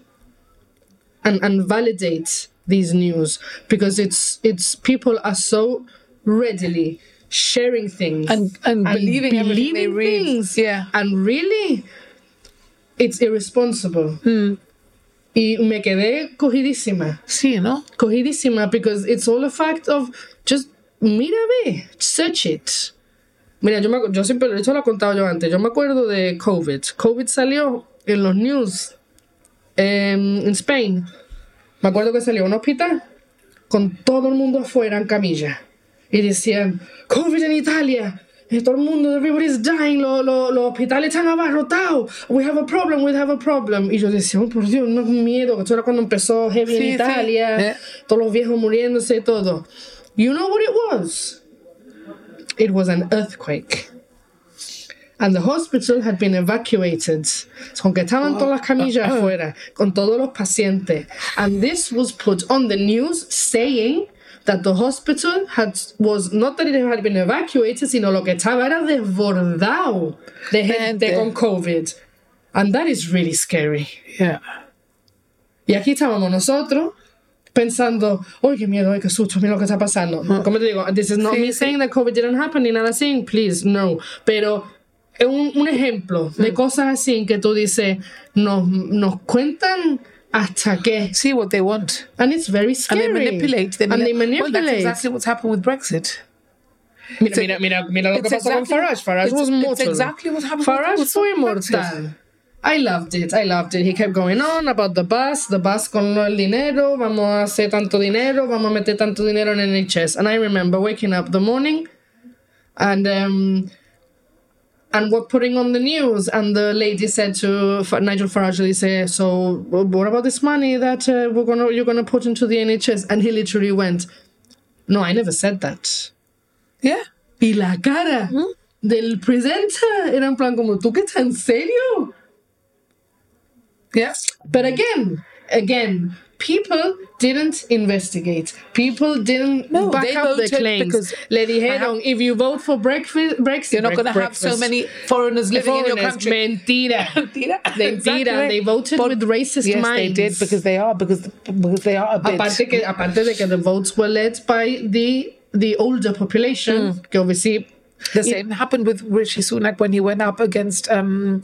Speaker 2: and, and validate these news because it's it's people are so readily sharing things
Speaker 1: And- and believing everything they read.
Speaker 2: things.
Speaker 1: Yeah.
Speaker 2: and really it's irresponsible
Speaker 1: Hmm.
Speaker 2: y me quedé cogidísima
Speaker 1: see, no.
Speaker 2: cogidísima because it's all a fact of just mira ve search it Mira, yo, me, acu- yo siempre, esto lo he contado yo antes, yo me acuerdo de COVID. COVID salió en los news em, en Spain. Me acuerdo que salió a un hospital con todo el mundo afuera en camilla y decían, COVID en Italia, eh, todo el mundo, everybody's dying, lo- lo- los hospitales están abarrotados, we have a problem, we have a problem. Y yo decía, oh, por Dios, no miedo, que eso era cuando empezó Heavy
Speaker 1: Sí, sí.
Speaker 2: en Italia,
Speaker 1: Eh.
Speaker 2: todos los viejos muriéndose y todo. You know what it was? It was an earthquake. And the hospital had been evacuated. Con que estaban todas las camillas afuera, con todos los pacientes. And this was put on the news saying that the hospital had was not that it had been evacuated, sino lo que estaba era desbordado de gente
Speaker 1: Gente.
Speaker 2: con COVID. And that is really scary.
Speaker 1: Yeah.
Speaker 2: Y aquí estábamos nosotros pensando, uy, qué miedo, ay, qué susto, mira lo que está pasando. Como te digo, this is not
Speaker 1: Sí, sí.
Speaker 2: me saying that COVID didn't happen ni nada así, please, no. Pero es un, un ejemplo de
Speaker 1: Mm.
Speaker 2: cosas así en que tú dices, nos, nos cuentan hasta qué.
Speaker 1: See what they want.
Speaker 2: And it's very
Speaker 1: And
Speaker 2: scary.
Speaker 1: they manipulate. They
Speaker 2: And they
Speaker 1: mani- Well, that's
Speaker 2: manipulate.
Speaker 1: exactly what's happened with Brexit.
Speaker 2: Mira, mira, mira, mira lo que
Speaker 1: It's
Speaker 2: pasó con
Speaker 1: exactly-
Speaker 2: Farage. Farage
Speaker 1: it's-
Speaker 2: was
Speaker 1: it's
Speaker 2: mortal.
Speaker 1: exactly what happened with-
Speaker 2: Farage
Speaker 1: with
Speaker 2: fue
Speaker 1: Brexit.
Speaker 2: mortal. I loved it, I loved it. He kept going on about the bus, the bus con el dinero, vamos a hacer tanto dinero, vamos a meter tanto dinero en NHS. And I remember waking up the morning and um, and what putting on the news and the lady said to F- Nigel Farage they say so wh- what about this money that uh, we're gonna you're gonna put into the NHS and he literally went no I never said that
Speaker 1: Yeah.
Speaker 2: y la cara del presenter era en plan como tú que estás en serio
Speaker 1: Yeah.
Speaker 2: But again, again, people didn't investigate. People didn't
Speaker 1: No,
Speaker 2: back
Speaker 1: they
Speaker 2: up the
Speaker 1: voted
Speaker 2: claims.
Speaker 1: because-
Speaker 2: Le dijeron,
Speaker 1: Ajá.
Speaker 2: if you vote for breakfast, Brexit,
Speaker 1: You're not
Speaker 2: break-
Speaker 1: going to have so
Speaker 2: breakfast.
Speaker 1: many foreigners living in your
Speaker 2: Foreigners,
Speaker 1: country.
Speaker 2: Mentira.
Speaker 1: Mentira.
Speaker 2: Mentira. They voted with racist
Speaker 1: yes, they
Speaker 2: minds.
Speaker 1: did because they are because because they are a bit.
Speaker 2: Aparte, que, aparte de que the votes were led by the the older population,
Speaker 1: Mm.
Speaker 2: que obviously
Speaker 1: the same happened with Rishi Sunak when he went up against um,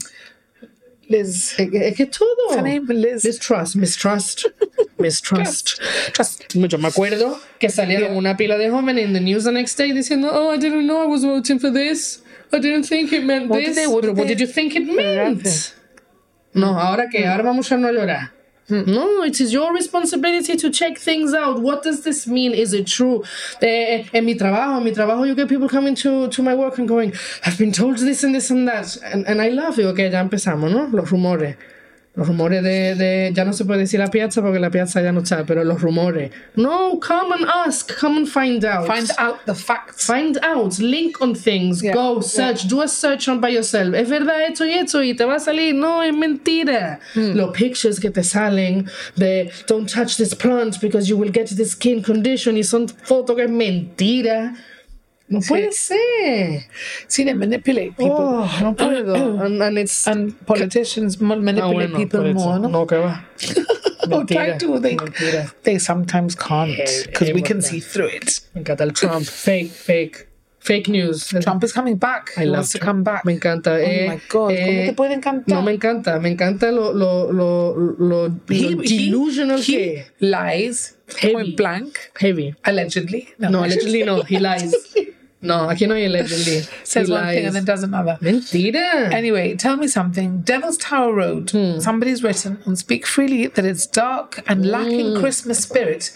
Speaker 1: Liz.
Speaker 2: es que- es que todo.
Speaker 1: Her name Liz.
Speaker 2: Mistrust, mistrust, mistrust.
Speaker 1: Trust.
Speaker 2: Yo me acuerdo que salieron
Speaker 1: Yeah.
Speaker 2: una pila de jóvenes en the news the next day diciendo, oh, I didn't know I was voting for this. I didn't think it meant
Speaker 1: What did
Speaker 2: this.
Speaker 1: they- what
Speaker 2: Pero
Speaker 1: did
Speaker 2: what
Speaker 1: they-
Speaker 2: did you think it
Speaker 1: Exacto.
Speaker 2: meant? No, ahora que ahora vamos a no llorar. No, it is your responsibility to check things out. What does this mean? Is it true? Eh, en mi trabajo, en mi trabajo, you get people coming to, to my work and going, I've been told this and this and that. And, and I love you. Okay, ya empezamos, ¿no? Los rumores. Los rumores de, de- Ya no se puede decir la piazza porque la piazza ya no está, pero los rumores. No, come and ask. Come and find out.
Speaker 1: Find out the facts.
Speaker 2: Find out, link on things,
Speaker 1: Yeah,
Speaker 2: go
Speaker 1: yeah.
Speaker 2: search, do a search on by yourself. Es verdad esto y esto y te va a salir. No, es mentira. Los pictures que te salen de don't touch this plant because you will get this skin condition y son fotos que es mentira. No puede ser.
Speaker 1: See, they manipulate people.
Speaker 2: Oh, no puedo. and, and it's
Speaker 1: And politicians ma-
Speaker 2: Ah,
Speaker 1: manipulate
Speaker 2: bueno, por
Speaker 1: people
Speaker 2: eso.
Speaker 1: more. No?
Speaker 2: No, que va.
Speaker 1: Or try
Speaker 2: mentira,
Speaker 1: to. They,
Speaker 2: mentira.
Speaker 1: they sometimes can't because we
Speaker 2: Everyone
Speaker 1: can
Speaker 2: does.
Speaker 1: see through it.
Speaker 2: Me encanta el Trump. Fake, fake. Fake news.
Speaker 1: Trump is coming back. he
Speaker 2: love
Speaker 1: wants to
Speaker 2: Trump.
Speaker 1: come back.
Speaker 2: Me encanta.
Speaker 1: Oh
Speaker 2: eh,
Speaker 1: my God, ¿cómo
Speaker 2: eh,
Speaker 1: te puede encantar?
Speaker 2: No me encanta, me encanta lo, lo, lo, lo, lo delusional
Speaker 1: he
Speaker 2: que es.
Speaker 1: lies
Speaker 2: Heavy.
Speaker 1: point blank,
Speaker 2: Heavy.
Speaker 1: allegedly.
Speaker 2: No, allegedly no, he lies. No, aquí no hay allegedly.
Speaker 1: says
Speaker 2: he
Speaker 1: one thing
Speaker 2: lies.
Speaker 1: and then does another.
Speaker 2: Mentira.
Speaker 1: Anyway, tell me something. Devil's Tower Road.
Speaker 2: Hmm.
Speaker 1: Somebody's written on Speak Freely that it's dark and lacking Christmas spirit.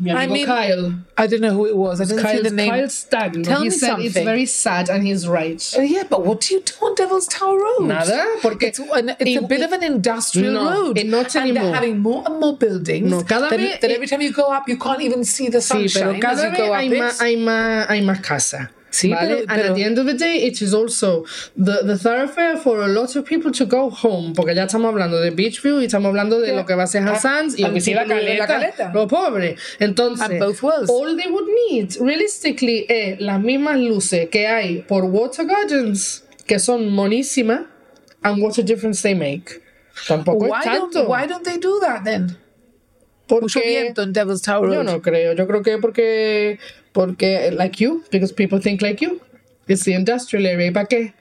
Speaker 2: Mi amigo
Speaker 1: I mean-
Speaker 2: Kyle.
Speaker 1: I don't know who it was. I didn't
Speaker 2: Kyle,
Speaker 1: see the name.
Speaker 2: Kyle Stagno.
Speaker 1: Tell
Speaker 2: he
Speaker 1: me
Speaker 2: said it's
Speaker 1: something.
Speaker 2: very sad and he's right.
Speaker 1: Oh, yeah, but what do you do on Devil's Tower Road?
Speaker 2: Nada, porque
Speaker 1: it's, an, it's a
Speaker 2: in-
Speaker 1: bit of an industrial
Speaker 2: No,
Speaker 1: road.
Speaker 2: and not
Speaker 1: And
Speaker 2: anymore.
Speaker 1: they're having more and more buildings.
Speaker 2: No, cada
Speaker 1: that,
Speaker 2: vez-
Speaker 1: that every time you go up, you can't even see the
Speaker 2: Sí,
Speaker 1: sunshine
Speaker 2: pero
Speaker 1: as
Speaker 2: cada
Speaker 1: you
Speaker 2: vez
Speaker 1: go up
Speaker 2: hay
Speaker 1: it.
Speaker 2: más, hay más, hay más casa.
Speaker 1: Sí,
Speaker 2: ¿vale?
Speaker 1: pero-
Speaker 2: And at
Speaker 1: pero-
Speaker 2: the end of the day, it is also the, the thoroughfare for a lot of people to go home. Porque ya estamos hablando de Beachview y estamos hablando de
Speaker 1: Yeah.
Speaker 2: lo que va a ser Hassan's y
Speaker 1: Ah,
Speaker 2: lo que sí la
Speaker 1: and people viven
Speaker 2: caleta,
Speaker 1: en la Caleta.
Speaker 2: Lo pobre. Entonces,
Speaker 1: And both worlds.
Speaker 2: all they would need, realistically, es las mismas luces que hay por Water Gardens, que son monísimas, and what a difference they make. Tampoco
Speaker 1: why
Speaker 2: es tanto.
Speaker 1: don't, why don't they do that then? Mucho
Speaker 2: porque
Speaker 1: viento on Devil's Tower Road.
Speaker 2: Yo no creo. Yo creo que porque, porque like you, because people think like you. It's the industrial area. ¿y ¿Para qué?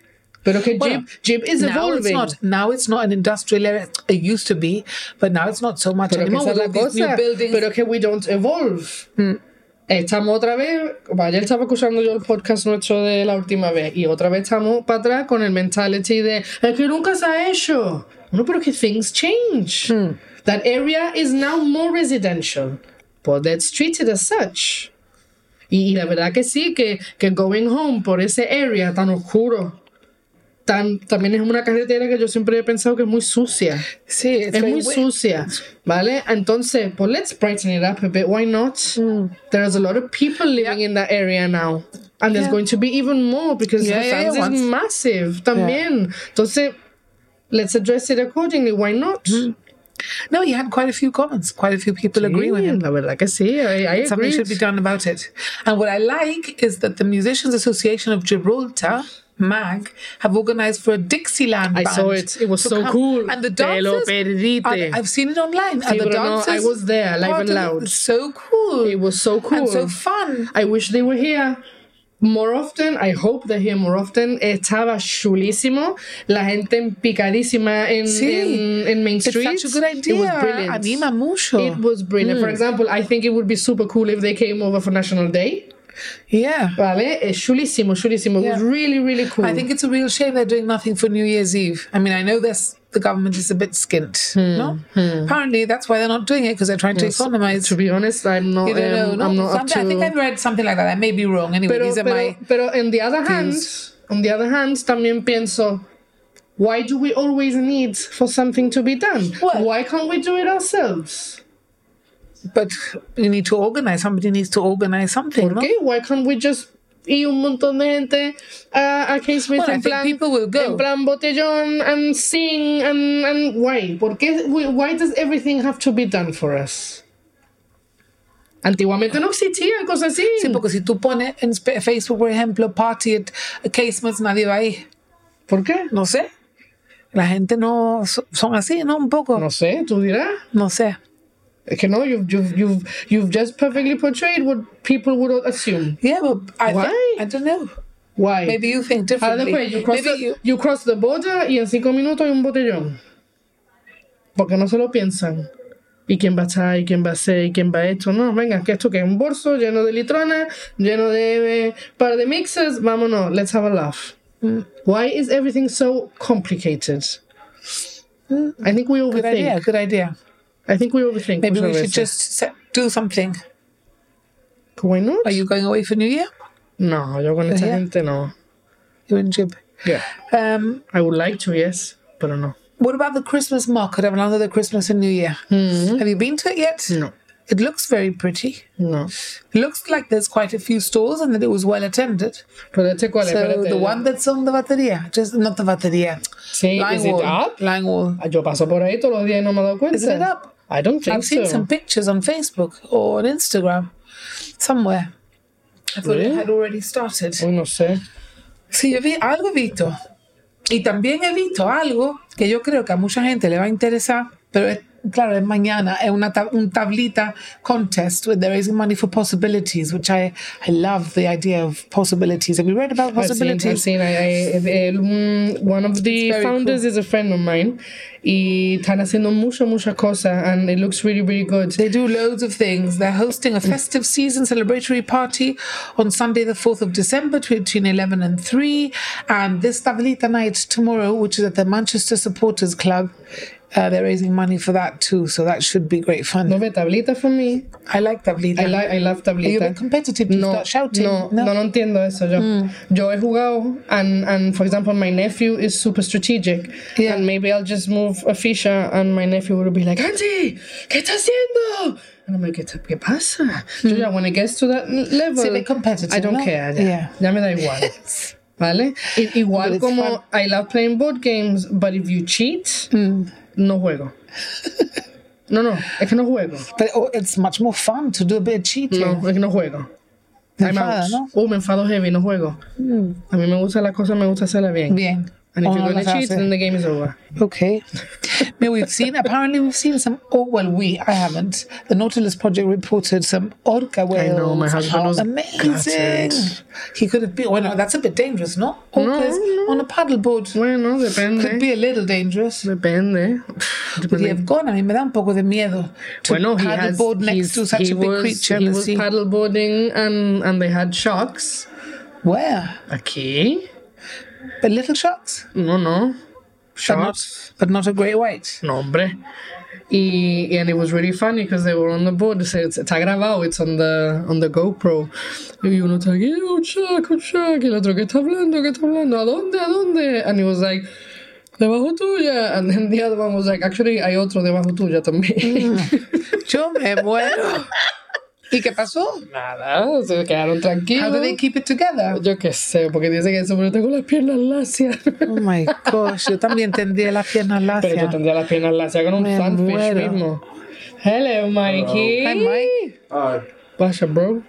Speaker 2: Pero que
Speaker 1: Bueno,
Speaker 2: Jeep, Jeep is
Speaker 1: now
Speaker 2: evolving.
Speaker 1: it's not now it's not an industrial area it used to be but now it's not so much
Speaker 2: Pero que
Speaker 1: anymore
Speaker 2: esa es
Speaker 1: with
Speaker 2: la
Speaker 1: all these new
Speaker 2: cosa.
Speaker 1: buildings
Speaker 2: Pero que we don't evolve. Estamos otra vez, como ayer estaba escuchando yo el podcast nuestro de la última vez y otra vez estamos para atrás con el mentality de es que nunca se ha hecho. No, pero que things change. That area is now more residential, but that's treated as such. Y, y la verdad que sí, que, que going home por ese area tan oscuro, tan, también es una carretera que yo siempre he pensado que es muy sucia.
Speaker 1: Sí, it's
Speaker 2: Es
Speaker 1: very
Speaker 2: muy
Speaker 1: weird.
Speaker 2: sucia, ¿vale? Entonces, pues let's brighten it up a bit. Why not?
Speaker 1: Mm.
Speaker 2: There's a lot of people living in that area now. And there's
Speaker 1: Yeah.
Speaker 2: going to be even more because
Speaker 1: Yeah,
Speaker 2: the
Speaker 1: yeah, yeah,
Speaker 2: Sands
Speaker 1: once-
Speaker 2: is massive también. Entonces, let's address it accordingly. Why not?
Speaker 1: No, he had quite a few comments. Quite a few people Mm, agree with him.
Speaker 2: La verdad que sí. I, I
Speaker 1: Something
Speaker 2: agree.
Speaker 1: should be done about it. And what I like is that the Musicians Association of Gibraltar, MAG, have organized for a Dixieland
Speaker 2: I
Speaker 1: band.
Speaker 2: saw it. It was
Speaker 1: to
Speaker 2: so cool.
Speaker 1: And the
Speaker 2: Te lo
Speaker 1: dancers.
Speaker 2: perdiste.
Speaker 1: are- I've seen it online. and the
Speaker 2: pero no,
Speaker 1: dancers.
Speaker 2: I was there, live
Speaker 1: are
Speaker 2: and
Speaker 1: del-
Speaker 2: loud.
Speaker 1: So cool.
Speaker 2: It was so cool.
Speaker 1: And so fun.
Speaker 2: I wish they were here more often. I hope they're here more often. Estaba chulísimo. La gente en picadísima en,
Speaker 1: Sí.
Speaker 2: en, en Main
Speaker 1: It's
Speaker 2: Street.
Speaker 1: such a good idea.
Speaker 2: It was brilliant.
Speaker 1: Anima mucho.
Speaker 2: It was brilliant.
Speaker 1: Hmm.
Speaker 2: For example, I think it would be super cool if they came over for National Day.
Speaker 1: yeah.
Speaker 2: Vale? Es chulísimo, chulísimo. It was
Speaker 1: Yeah.
Speaker 2: really, really cool.
Speaker 1: I think it's a real shame they're doing nothing for New Year's Eve. I mean, I know this. The government is a bit skint,
Speaker 2: Hmm,
Speaker 1: no? Apparently, that's why they're not doing it because they're trying to economize.
Speaker 2: to be honest, I'm not,
Speaker 1: You don't know,
Speaker 2: um,
Speaker 1: no?
Speaker 2: I'm not up
Speaker 1: Something-
Speaker 2: to...
Speaker 1: I think I've read something like that. I may be wrong. Anyway,
Speaker 2: pero,
Speaker 1: these are
Speaker 2: pero,
Speaker 1: my.
Speaker 2: pero on the other hand, on the other hand, también pienso, why do we always need for something to be done?
Speaker 1: Well-
Speaker 2: Why can't we do it ourselves?
Speaker 1: But you need to organize. Somebody needs to organize something. no?
Speaker 2: Okay, why can't we just ir un montón de gente ah, a, a K Smith
Speaker 1: Well, I
Speaker 2: en
Speaker 1: think
Speaker 2: plan
Speaker 1: people will go.
Speaker 2: en plan botellón and sing and and why? Porque why does everything have to be done for us? Antiguamente no existían cosas así.
Speaker 1: Sí, porque si tú pones en spe- Facebook, por ejemplo, party at Casements, nadie va ahí.
Speaker 2: ¿Por qué?
Speaker 1: No sé. La gente no. so- Son así, ¿no? Un poco.
Speaker 2: No sé, tú dirás.
Speaker 1: no sé.
Speaker 2: You know, you've you've you've you've just perfectly portrayed what people would assume.
Speaker 1: Yeah, but I, thi-
Speaker 2: Why?
Speaker 1: I don't know.
Speaker 2: Why?
Speaker 1: Maybe you think
Speaker 2: Ahora
Speaker 1: differently.
Speaker 2: después, pues, you cross,
Speaker 1: Maybe
Speaker 2: the,
Speaker 1: you-
Speaker 2: you... cross the border y en cinco minutos hay un botellón. Porque no se lo piensan. ¿Y quién va a estar? ¿Y quién va a ser? ¿Y quién va a esto? No, venga, que esto que es un bolso lleno de litrona, lleno de eh, par de mixes. Vámonos, let's have a laugh.
Speaker 1: Mm.
Speaker 2: Why is everything so complicated? I think we
Speaker 1: Good idea.
Speaker 2: overthink.
Speaker 1: Good idea.
Speaker 2: I think we overthink.
Speaker 1: Maybe
Speaker 2: muchas
Speaker 1: we should
Speaker 2: veces.
Speaker 1: just set, do something.
Speaker 2: Why not?
Speaker 1: Are you going away for New Year?
Speaker 2: No, yo con esta
Speaker 1: Yeah.
Speaker 2: gente no.
Speaker 1: You're in Jib.
Speaker 2: Yeah.
Speaker 1: Um,
Speaker 2: I would like to, yes, pero no.
Speaker 1: what about the Christmas market of another Christmas and New Year?
Speaker 2: Hmm.
Speaker 1: Have you been to it yet?
Speaker 2: No.
Speaker 1: It looks very pretty.
Speaker 2: No.
Speaker 1: Looks like there's quite a few stores and that it was well attended.
Speaker 2: Pero este cuál es?
Speaker 1: So
Speaker 2: Espérate.
Speaker 1: the one that's on the Bateria, just not the Bateria,
Speaker 2: Sí, is it
Speaker 1: Langwall.
Speaker 2: up?
Speaker 1: Langwall.
Speaker 2: ah, Yo paso por ahí todos los días y no me he dado cuenta.
Speaker 1: Is it up?
Speaker 2: I don't think
Speaker 1: I've seen
Speaker 2: so.
Speaker 1: some pictures on Facebook or on Instagram, somewhere. I thought
Speaker 2: Really?
Speaker 1: it had already started.
Speaker 2: Uy, no sé.
Speaker 1: Sí, yo vi algo he visto. Y también he visto algo que yo creo que a mucha gente le va a interesar, pero es, claro, es mañana, es una tab- un tablita contest with the Raising Money for Possibilities, which I, I love the idea of possibilities. Have you read about
Speaker 2: I've seen, I've
Speaker 1: possibilities?
Speaker 2: seen, I- I- el- un- one of the
Speaker 1: It's very
Speaker 2: founders is a friend of mine y están haciendo mucho, muchas cosas and it looks really, really good.
Speaker 1: They do loads of things. They're hosting a festive season celebratory party on Sunday, the 4th of December, between 11 and 3. And this Tavelita night tomorrow, which is at the Manchester Supporters Club, uh, they're raising money for that too. So that should be great fun.
Speaker 2: No ve tablita for me.
Speaker 1: I like Tavelita.
Speaker 2: I, like, I love
Speaker 1: Are you a
Speaker 2: tablita.
Speaker 1: bit competitive? You start shouting. Mm.
Speaker 2: No, no, no entiendo eso yo. Yo he jugado, and, and for example, my nephew is super strategic.
Speaker 1: Yeah.
Speaker 2: And maybe I'll just move a ficha, and my nephew will be like, Auntie, ¿qué está haciendo? And I'm like, ¿qué, ta- qué pasa? Yo ya, when it gets to that level,
Speaker 1: Sí, they're Mm. competitive,
Speaker 2: I don't
Speaker 1: ¿no?
Speaker 2: care. Ya,
Speaker 1: Yeah.
Speaker 2: ya me da igual. ¿Vale? I-
Speaker 1: But
Speaker 2: igual
Speaker 1: it's
Speaker 2: como
Speaker 1: fun.
Speaker 2: I love playing board games, but if you cheat,
Speaker 1: Mm.
Speaker 2: no juego. No, no, es que no juego.
Speaker 1: But oh, it's much more fun to do a bit of cheating.
Speaker 2: No, es que no juego.
Speaker 1: Me
Speaker 2: I'm
Speaker 1: enfada,
Speaker 2: out.
Speaker 1: ¿no? Mm.
Speaker 2: Uh, me enfado heavy, no juego. A mí me gustan las cosas, me gusta hacerlas bien.
Speaker 1: Bien.
Speaker 2: And if
Speaker 1: Oh,
Speaker 2: you're
Speaker 1: no
Speaker 2: gonna
Speaker 1: las
Speaker 2: cheat,
Speaker 1: hace.
Speaker 2: then the game is over.
Speaker 1: Okay. Now we've seen, apparently, we've seen some. Oh, well, we, I haven't. The Nautilus Project reported some orca whales.
Speaker 2: know, my husband
Speaker 1: How
Speaker 2: was
Speaker 1: amazing.
Speaker 2: gutted.
Speaker 1: He could have been. Well, no, that's a bit dangerous, no? Orcas on a paddleboard
Speaker 2: Bueno,
Speaker 1: could
Speaker 2: depende.
Speaker 1: be a little dangerous.
Speaker 2: Depende.
Speaker 1: Would he
Speaker 2: depende.
Speaker 1: have gone? I mean, me da un poco de miedo to
Speaker 2: Bueno, he has,
Speaker 1: paddleboard next
Speaker 2: he's-
Speaker 1: to such
Speaker 2: he
Speaker 1: a big
Speaker 2: was,
Speaker 1: creature in
Speaker 2: He
Speaker 1: the
Speaker 2: was
Speaker 1: sea.
Speaker 2: paddleboarding and, and they had sharks.
Speaker 1: Where?
Speaker 2: Aquí?
Speaker 1: But little sharks?
Speaker 2: No,
Speaker 1: But
Speaker 2: no.
Speaker 1: not,
Speaker 2: Sharks.
Speaker 1: but not a great white.
Speaker 2: No, hombre. Y, and it was really funny because they were on the board. They said, "It's- está grabado, it's on the, on the GoPro. Y uno está aquí, oh, Chuck, oh, Chuck. Y el otro, ¿qué está hablando? ¿Qué está hablando? ¿A dónde? ¿A dónde? And he was like, debajo tuya. And then the other one was like, actually, hay otro debajo tuya también.
Speaker 1: Yo me muero. ¿Y qué pasó?
Speaker 2: Nada, se quedaron
Speaker 1: How do they
Speaker 2: tranquilos.
Speaker 1: keep it together?
Speaker 2: Yo qué sé, porque dice que sobre tengo las piernas lacias.
Speaker 1: Oh my gosh, yo también tendría las piernas
Speaker 2: Pero yo
Speaker 1: lacias.
Speaker 2: tendría las piernas lacias con un
Speaker 1: Me
Speaker 2: sandwich
Speaker 1: muero.
Speaker 2: mismo. Hello, Mikey.
Speaker 1: Hi, Mike.
Speaker 4: Hi.
Speaker 2: What's up, bro?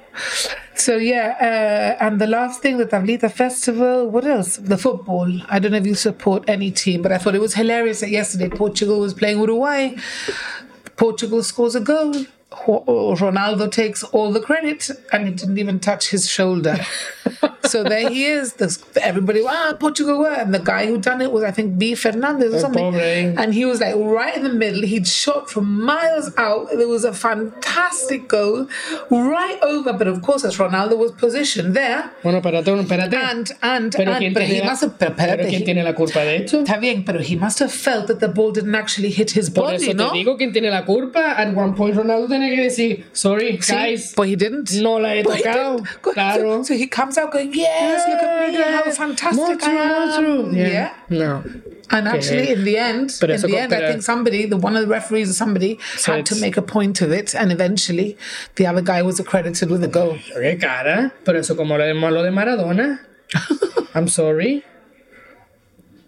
Speaker 1: So yeah, uh, and the last thing, the Tablita Festival. What else? The football. I don't know if you support any team, but I thought it was hilarious that yesterday Portugal was playing Uruguay. Portugal scores a goal. Ho- uh, Ronaldo takes all the credit, and it didn't even touch his shoulder. so there he is. This, everybody, ah, Portugal, were," and the guy who done it was, I think, B. Fernandez or
Speaker 2: Oh,
Speaker 1: something.
Speaker 2: pobre.
Speaker 1: And he was like right in the middle. He'd shot from miles out. There was a fantastic goal right over. But of course, as Ronaldo was positioned there.
Speaker 2: Bueno, espérate, bueno, espérate.
Speaker 1: And, and,
Speaker 2: pero
Speaker 1: and,
Speaker 2: ¿quién,
Speaker 1: but
Speaker 2: tiene
Speaker 1: he
Speaker 2: la,
Speaker 1: must have, pero,
Speaker 2: pero
Speaker 1: espérate,
Speaker 2: ¿quién
Speaker 1: he-
Speaker 2: tiene la culpa de esto?
Speaker 1: Está bien, pero he must have felt that the ball didn't actually hit his
Speaker 2: Por
Speaker 1: body,
Speaker 2: eso
Speaker 1: ¿no?
Speaker 2: te digo quién tiene la culpa. At one point Ronaldo tenía que decir, sorry,
Speaker 1: Sí, pues,
Speaker 2: guys,
Speaker 1: but he didn't.
Speaker 2: no la he
Speaker 1: But he
Speaker 2: tocado.
Speaker 1: didn't. Go- so-
Speaker 2: Claro.
Speaker 1: So, he comes out going, yes, look at pues, me, how fantastic I am.
Speaker 2: Yeah.
Speaker 1: yeah.
Speaker 2: No.
Speaker 1: And actually, in the end,
Speaker 2: Pero
Speaker 1: in
Speaker 2: eso
Speaker 1: the
Speaker 2: co-
Speaker 1: end, I
Speaker 2: pero-
Speaker 1: think somebody, the one of the referees or somebody,
Speaker 2: So
Speaker 1: had to
Speaker 2: it's-
Speaker 1: make a point of it, and eventually, the other guy was accredited with a goal.
Speaker 2: Qué cara. Pero eso como lo de, lo de Maradona. I'm sorry.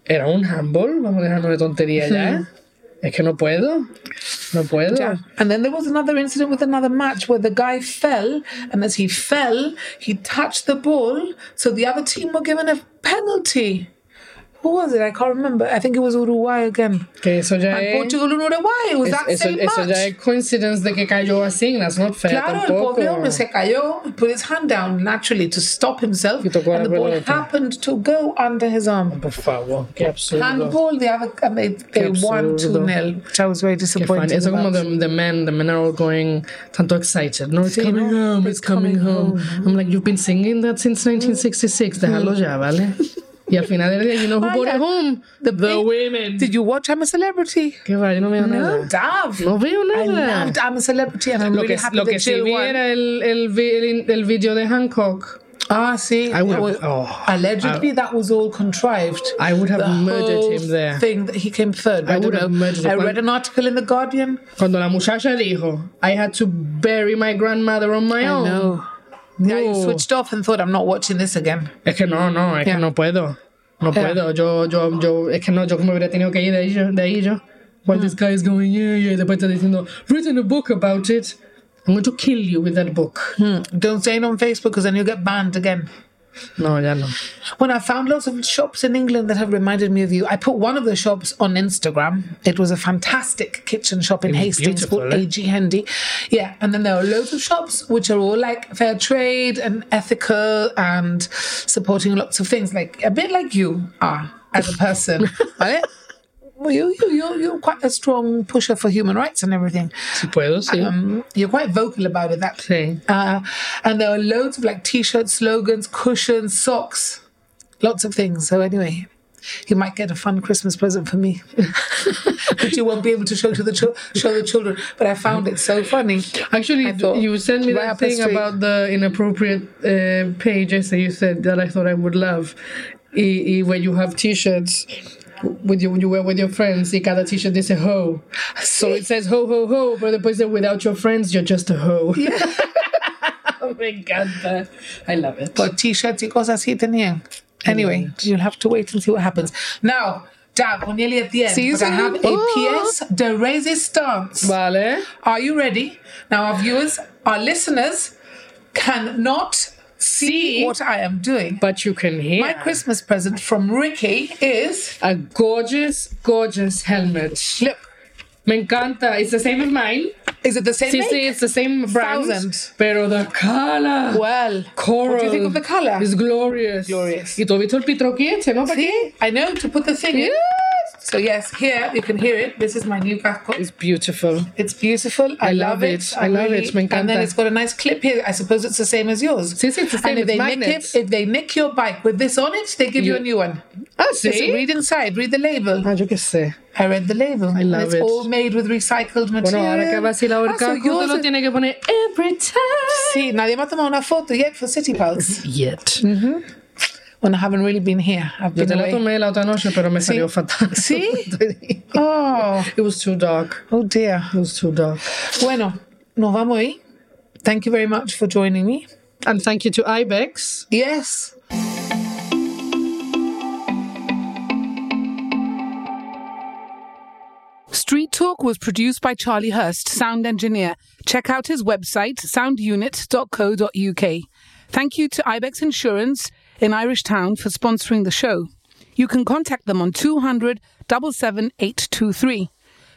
Speaker 2: Era un handball. Vamos a dejarnos de tontería ya. Es que no puedo. No puedo.
Speaker 1: And then there was another incident with another match where the guy fell, and as he fell, he touched the ball, so the other team were given a penalty. Who was it? I can't remember. I think it was Uruguay again.
Speaker 2: Que eso ya
Speaker 1: And
Speaker 2: es...
Speaker 1: Portugal and Uruguay. It was
Speaker 2: es-
Speaker 1: that
Speaker 2: eso,
Speaker 1: same
Speaker 2: eso
Speaker 1: match.
Speaker 2: ya es coincidence de que cayó así. That's not fair
Speaker 1: Claro, el
Speaker 2: tampoco.
Speaker 1: pobre hombre se cayó, put his hand down naturally to stop himself,
Speaker 2: Y tocó la
Speaker 1: and the ball
Speaker 2: pelota.
Speaker 1: happened to go under his arm.
Speaker 2: Por favor, qué absurdo.
Speaker 1: handball the other and they, they won
Speaker 2: absurdo.
Speaker 1: 2 0 which I was very
Speaker 2: Qué funny.
Speaker 1: disappointed
Speaker 2: Eso como
Speaker 1: about.
Speaker 2: the, the men, the men are all going tanto excited. No, it's
Speaker 1: Sí,
Speaker 2: coming
Speaker 1: ¿no?
Speaker 2: home,
Speaker 1: It's
Speaker 2: it's coming,
Speaker 1: coming
Speaker 2: home. I'm like, you've been singing that since 1966.
Speaker 1: Mm.
Speaker 2: Déjalo ya, ¿vale? Y al final del día, you know who
Speaker 1: Ay,
Speaker 2: brought
Speaker 1: la-
Speaker 2: it home? The,
Speaker 1: big-
Speaker 2: women.
Speaker 1: Eh, Did you watch I'm a Celebrity?
Speaker 2: Qué va, yo no
Speaker 1: No,
Speaker 2: veo nada.
Speaker 1: Dav.
Speaker 2: No veo
Speaker 1: I
Speaker 2: nada.
Speaker 1: loved I'm a Celebrity and I'm
Speaker 2: Lo
Speaker 1: really
Speaker 2: que,
Speaker 1: happy
Speaker 2: lo
Speaker 1: that
Speaker 2: que sí
Speaker 1: Jill
Speaker 2: vi
Speaker 1: won.
Speaker 2: era el, el, vi- el, el video de Hancock.
Speaker 1: Ah, see,
Speaker 2: I would
Speaker 1: that
Speaker 2: have-
Speaker 1: was,
Speaker 2: oh,
Speaker 1: allegedly that was all contrived.
Speaker 2: I would have
Speaker 1: The
Speaker 2: murdered
Speaker 1: whole
Speaker 2: him there.
Speaker 1: Thing that he came third. I,
Speaker 2: I would
Speaker 1: don't
Speaker 2: have
Speaker 1: know.
Speaker 2: murdered
Speaker 1: I
Speaker 2: him.
Speaker 1: read an article in the Guardian.
Speaker 2: Cuando la muchacha dijo, I had to bury my grandmother on my own.
Speaker 1: No. Yeah, you
Speaker 2: No.
Speaker 1: switched off and thought I'm not watching this again.
Speaker 2: Es que no, no, es
Speaker 1: Yeah.
Speaker 2: que no puedo. No
Speaker 1: Yeah.
Speaker 2: puedo. Yo, yo, yo, es que no, yo me hubiera tenido que ir de ahí yo. De ahí yo. While this guy is going, yeah, yeah, después está diciendo, written a book about it. I'm going to kill you with that book.
Speaker 1: Hmm. Don't say it on Facebook because then you'll get banned again.
Speaker 2: No, ya no.
Speaker 1: When I found lots of shops in England that have reminded me of you, I put one of the shops on Instagram. It was a fantastic kitchen shop in
Speaker 2: was
Speaker 1: Hastings
Speaker 2: beautiful,
Speaker 1: called
Speaker 2: eh?
Speaker 1: AG Handy. Yeah, and then there are loads of shops which are all like fair trade and ethical and supporting lots of things, like a bit like you are as a person, right? Well, you, you, you, you're quite a strong pusher for human rights and everything.
Speaker 2: Si puedo, sí.
Speaker 1: Um, you're quite vocal about it, that
Speaker 2: sí.
Speaker 1: uh, and there were loads of like t-shirts, slogans, cushions, socks, lots of things. So anyway, you might get a fun Christmas present for me, which you won't be able to show to the chil- show the children. But I found it so funny.
Speaker 2: Actually,
Speaker 1: I thought,
Speaker 2: you sent me
Speaker 1: right
Speaker 2: that
Speaker 1: up the
Speaker 2: thing
Speaker 1: street.
Speaker 2: about the inappropriate uh, pages that you said that I thought I would love. Y, y where you have t-shirts with you, you wear with your friends. Y cada t-shirt dice ho. So it says ho, ho, ho. But después de without your friends, you're just a Oh ho. Me encanta. I love it.
Speaker 1: But t-shirts y cosas así tenían. Anyway, you'll have to wait and see what happens. Now, Dad, we're nearly at the end.
Speaker 2: See you
Speaker 1: but I have
Speaker 2: soon.
Speaker 1: a
Speaker 2: Oh.
Speaker 1: PS de resistance.
Speaker 2: vale.
Speaker 1: Are you ready? Now, our viewers, our listeners, cannot see
Speaker 2: See?
Speaker 1: what I am doing.
Speaker 2: But you can hear
Speaker 1: My Christmas present from Ricky is
Speaker 2: a gorgeous, gorgeous helmet.
Speaker 1: look.
Speaker 2: Me encanta. It's the same as mine.
Speaker 1: Is it the same?
Speaker 2: Sí,
Speaker 1: make?
Speaker 2: sí, it's the same brand.
Speaker 1: Thousand.
Speaker 2: Pero the color.
Speaker 1: Well,
Speaker 2: Coral.
Speaker 1: What do you think of the color?
Speaker 2: It's glorious.
Speaker 1: Glorious.
Speaker 2: Y tú has visto el pitroquiete, ¿no? ¿Para
Speaker 1: See, I know to put the thing in.
Speaker 2: Yes,
Speaker 1: So yes, here you can hear it. This is my new casco.
Speaker 2: It's beautiful.
Speaker 1: It's beautiful. I, love
Speaker 2: love
Speaker 1: it.
Speaker 2: it. I love it. Me
Speaker 1: And then
Speaker 2: encanta.
Speaker 1: it's got a nice clip here. I suppose it's the same as yours.
Speaker 2: Sí, sí, it's the
Speaker 1: And
Speaker 2: same.
Speaker 1: if
Speaker 2: It's
Speaker 1: they
Speaker 2: magnets.
Speaker 1: nick it, if they nick your bike with this on it, they give you,
Speaker 2: You-
Speaker 1: a new one.
Speaker 2: Ah,
Speaker 1: Just read inside. Read the label.
Speaker 2: Ah, yo qué sé.
Speaker 1: I read the label. I
Speaker 2: love
Speaker 1: it's
Speaker 2: it.
Speaker 1: all made with recycled material.
Speaker 2: Bueno, ahora que va así la
Speaker 1: Ah, so
Speaker 2: horca,
Speaker 1: yours
Speaker 2: lo
Speaker 1: is-
Speaker 2: tiene que poner every time.
Speaker 1: Sí, nadie me ha tomado una foto yet for City Pulse.
Speaker 2: Yet.
Speaker 1: when I haven't really been here. I've
Speaker 2: Yo
Speaker 1: been
Speaker 2: te la
Speaker 1: away.
Speaker 2: tomé la otra noche, pero me salió fatal.
Speaker 1: Sí? Oh,
Speaker 2: It was too dark.
Speaker 1: oh dear.
Speaker 2: It was too dark.
Speaker 1: Bueno, nos vamos ahí. Thank you very much for joining me.
Speaker 2: And thank you to Ibex.
Speaker 1: Yes.
Speaker 4: Street Talk was produced by Charlie Hurst, sound engineer. Check out his website, soundunit.co.uk. Thank you to Ibex Insurance in Irish Town for sponsoring the show. You can contact them on 200 77823.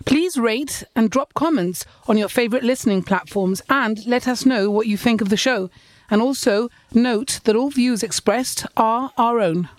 Speaker 4: Please rate and drop comments on your favourite listening platforms and let us know what you think of the show. And also note that all views expressed are our own.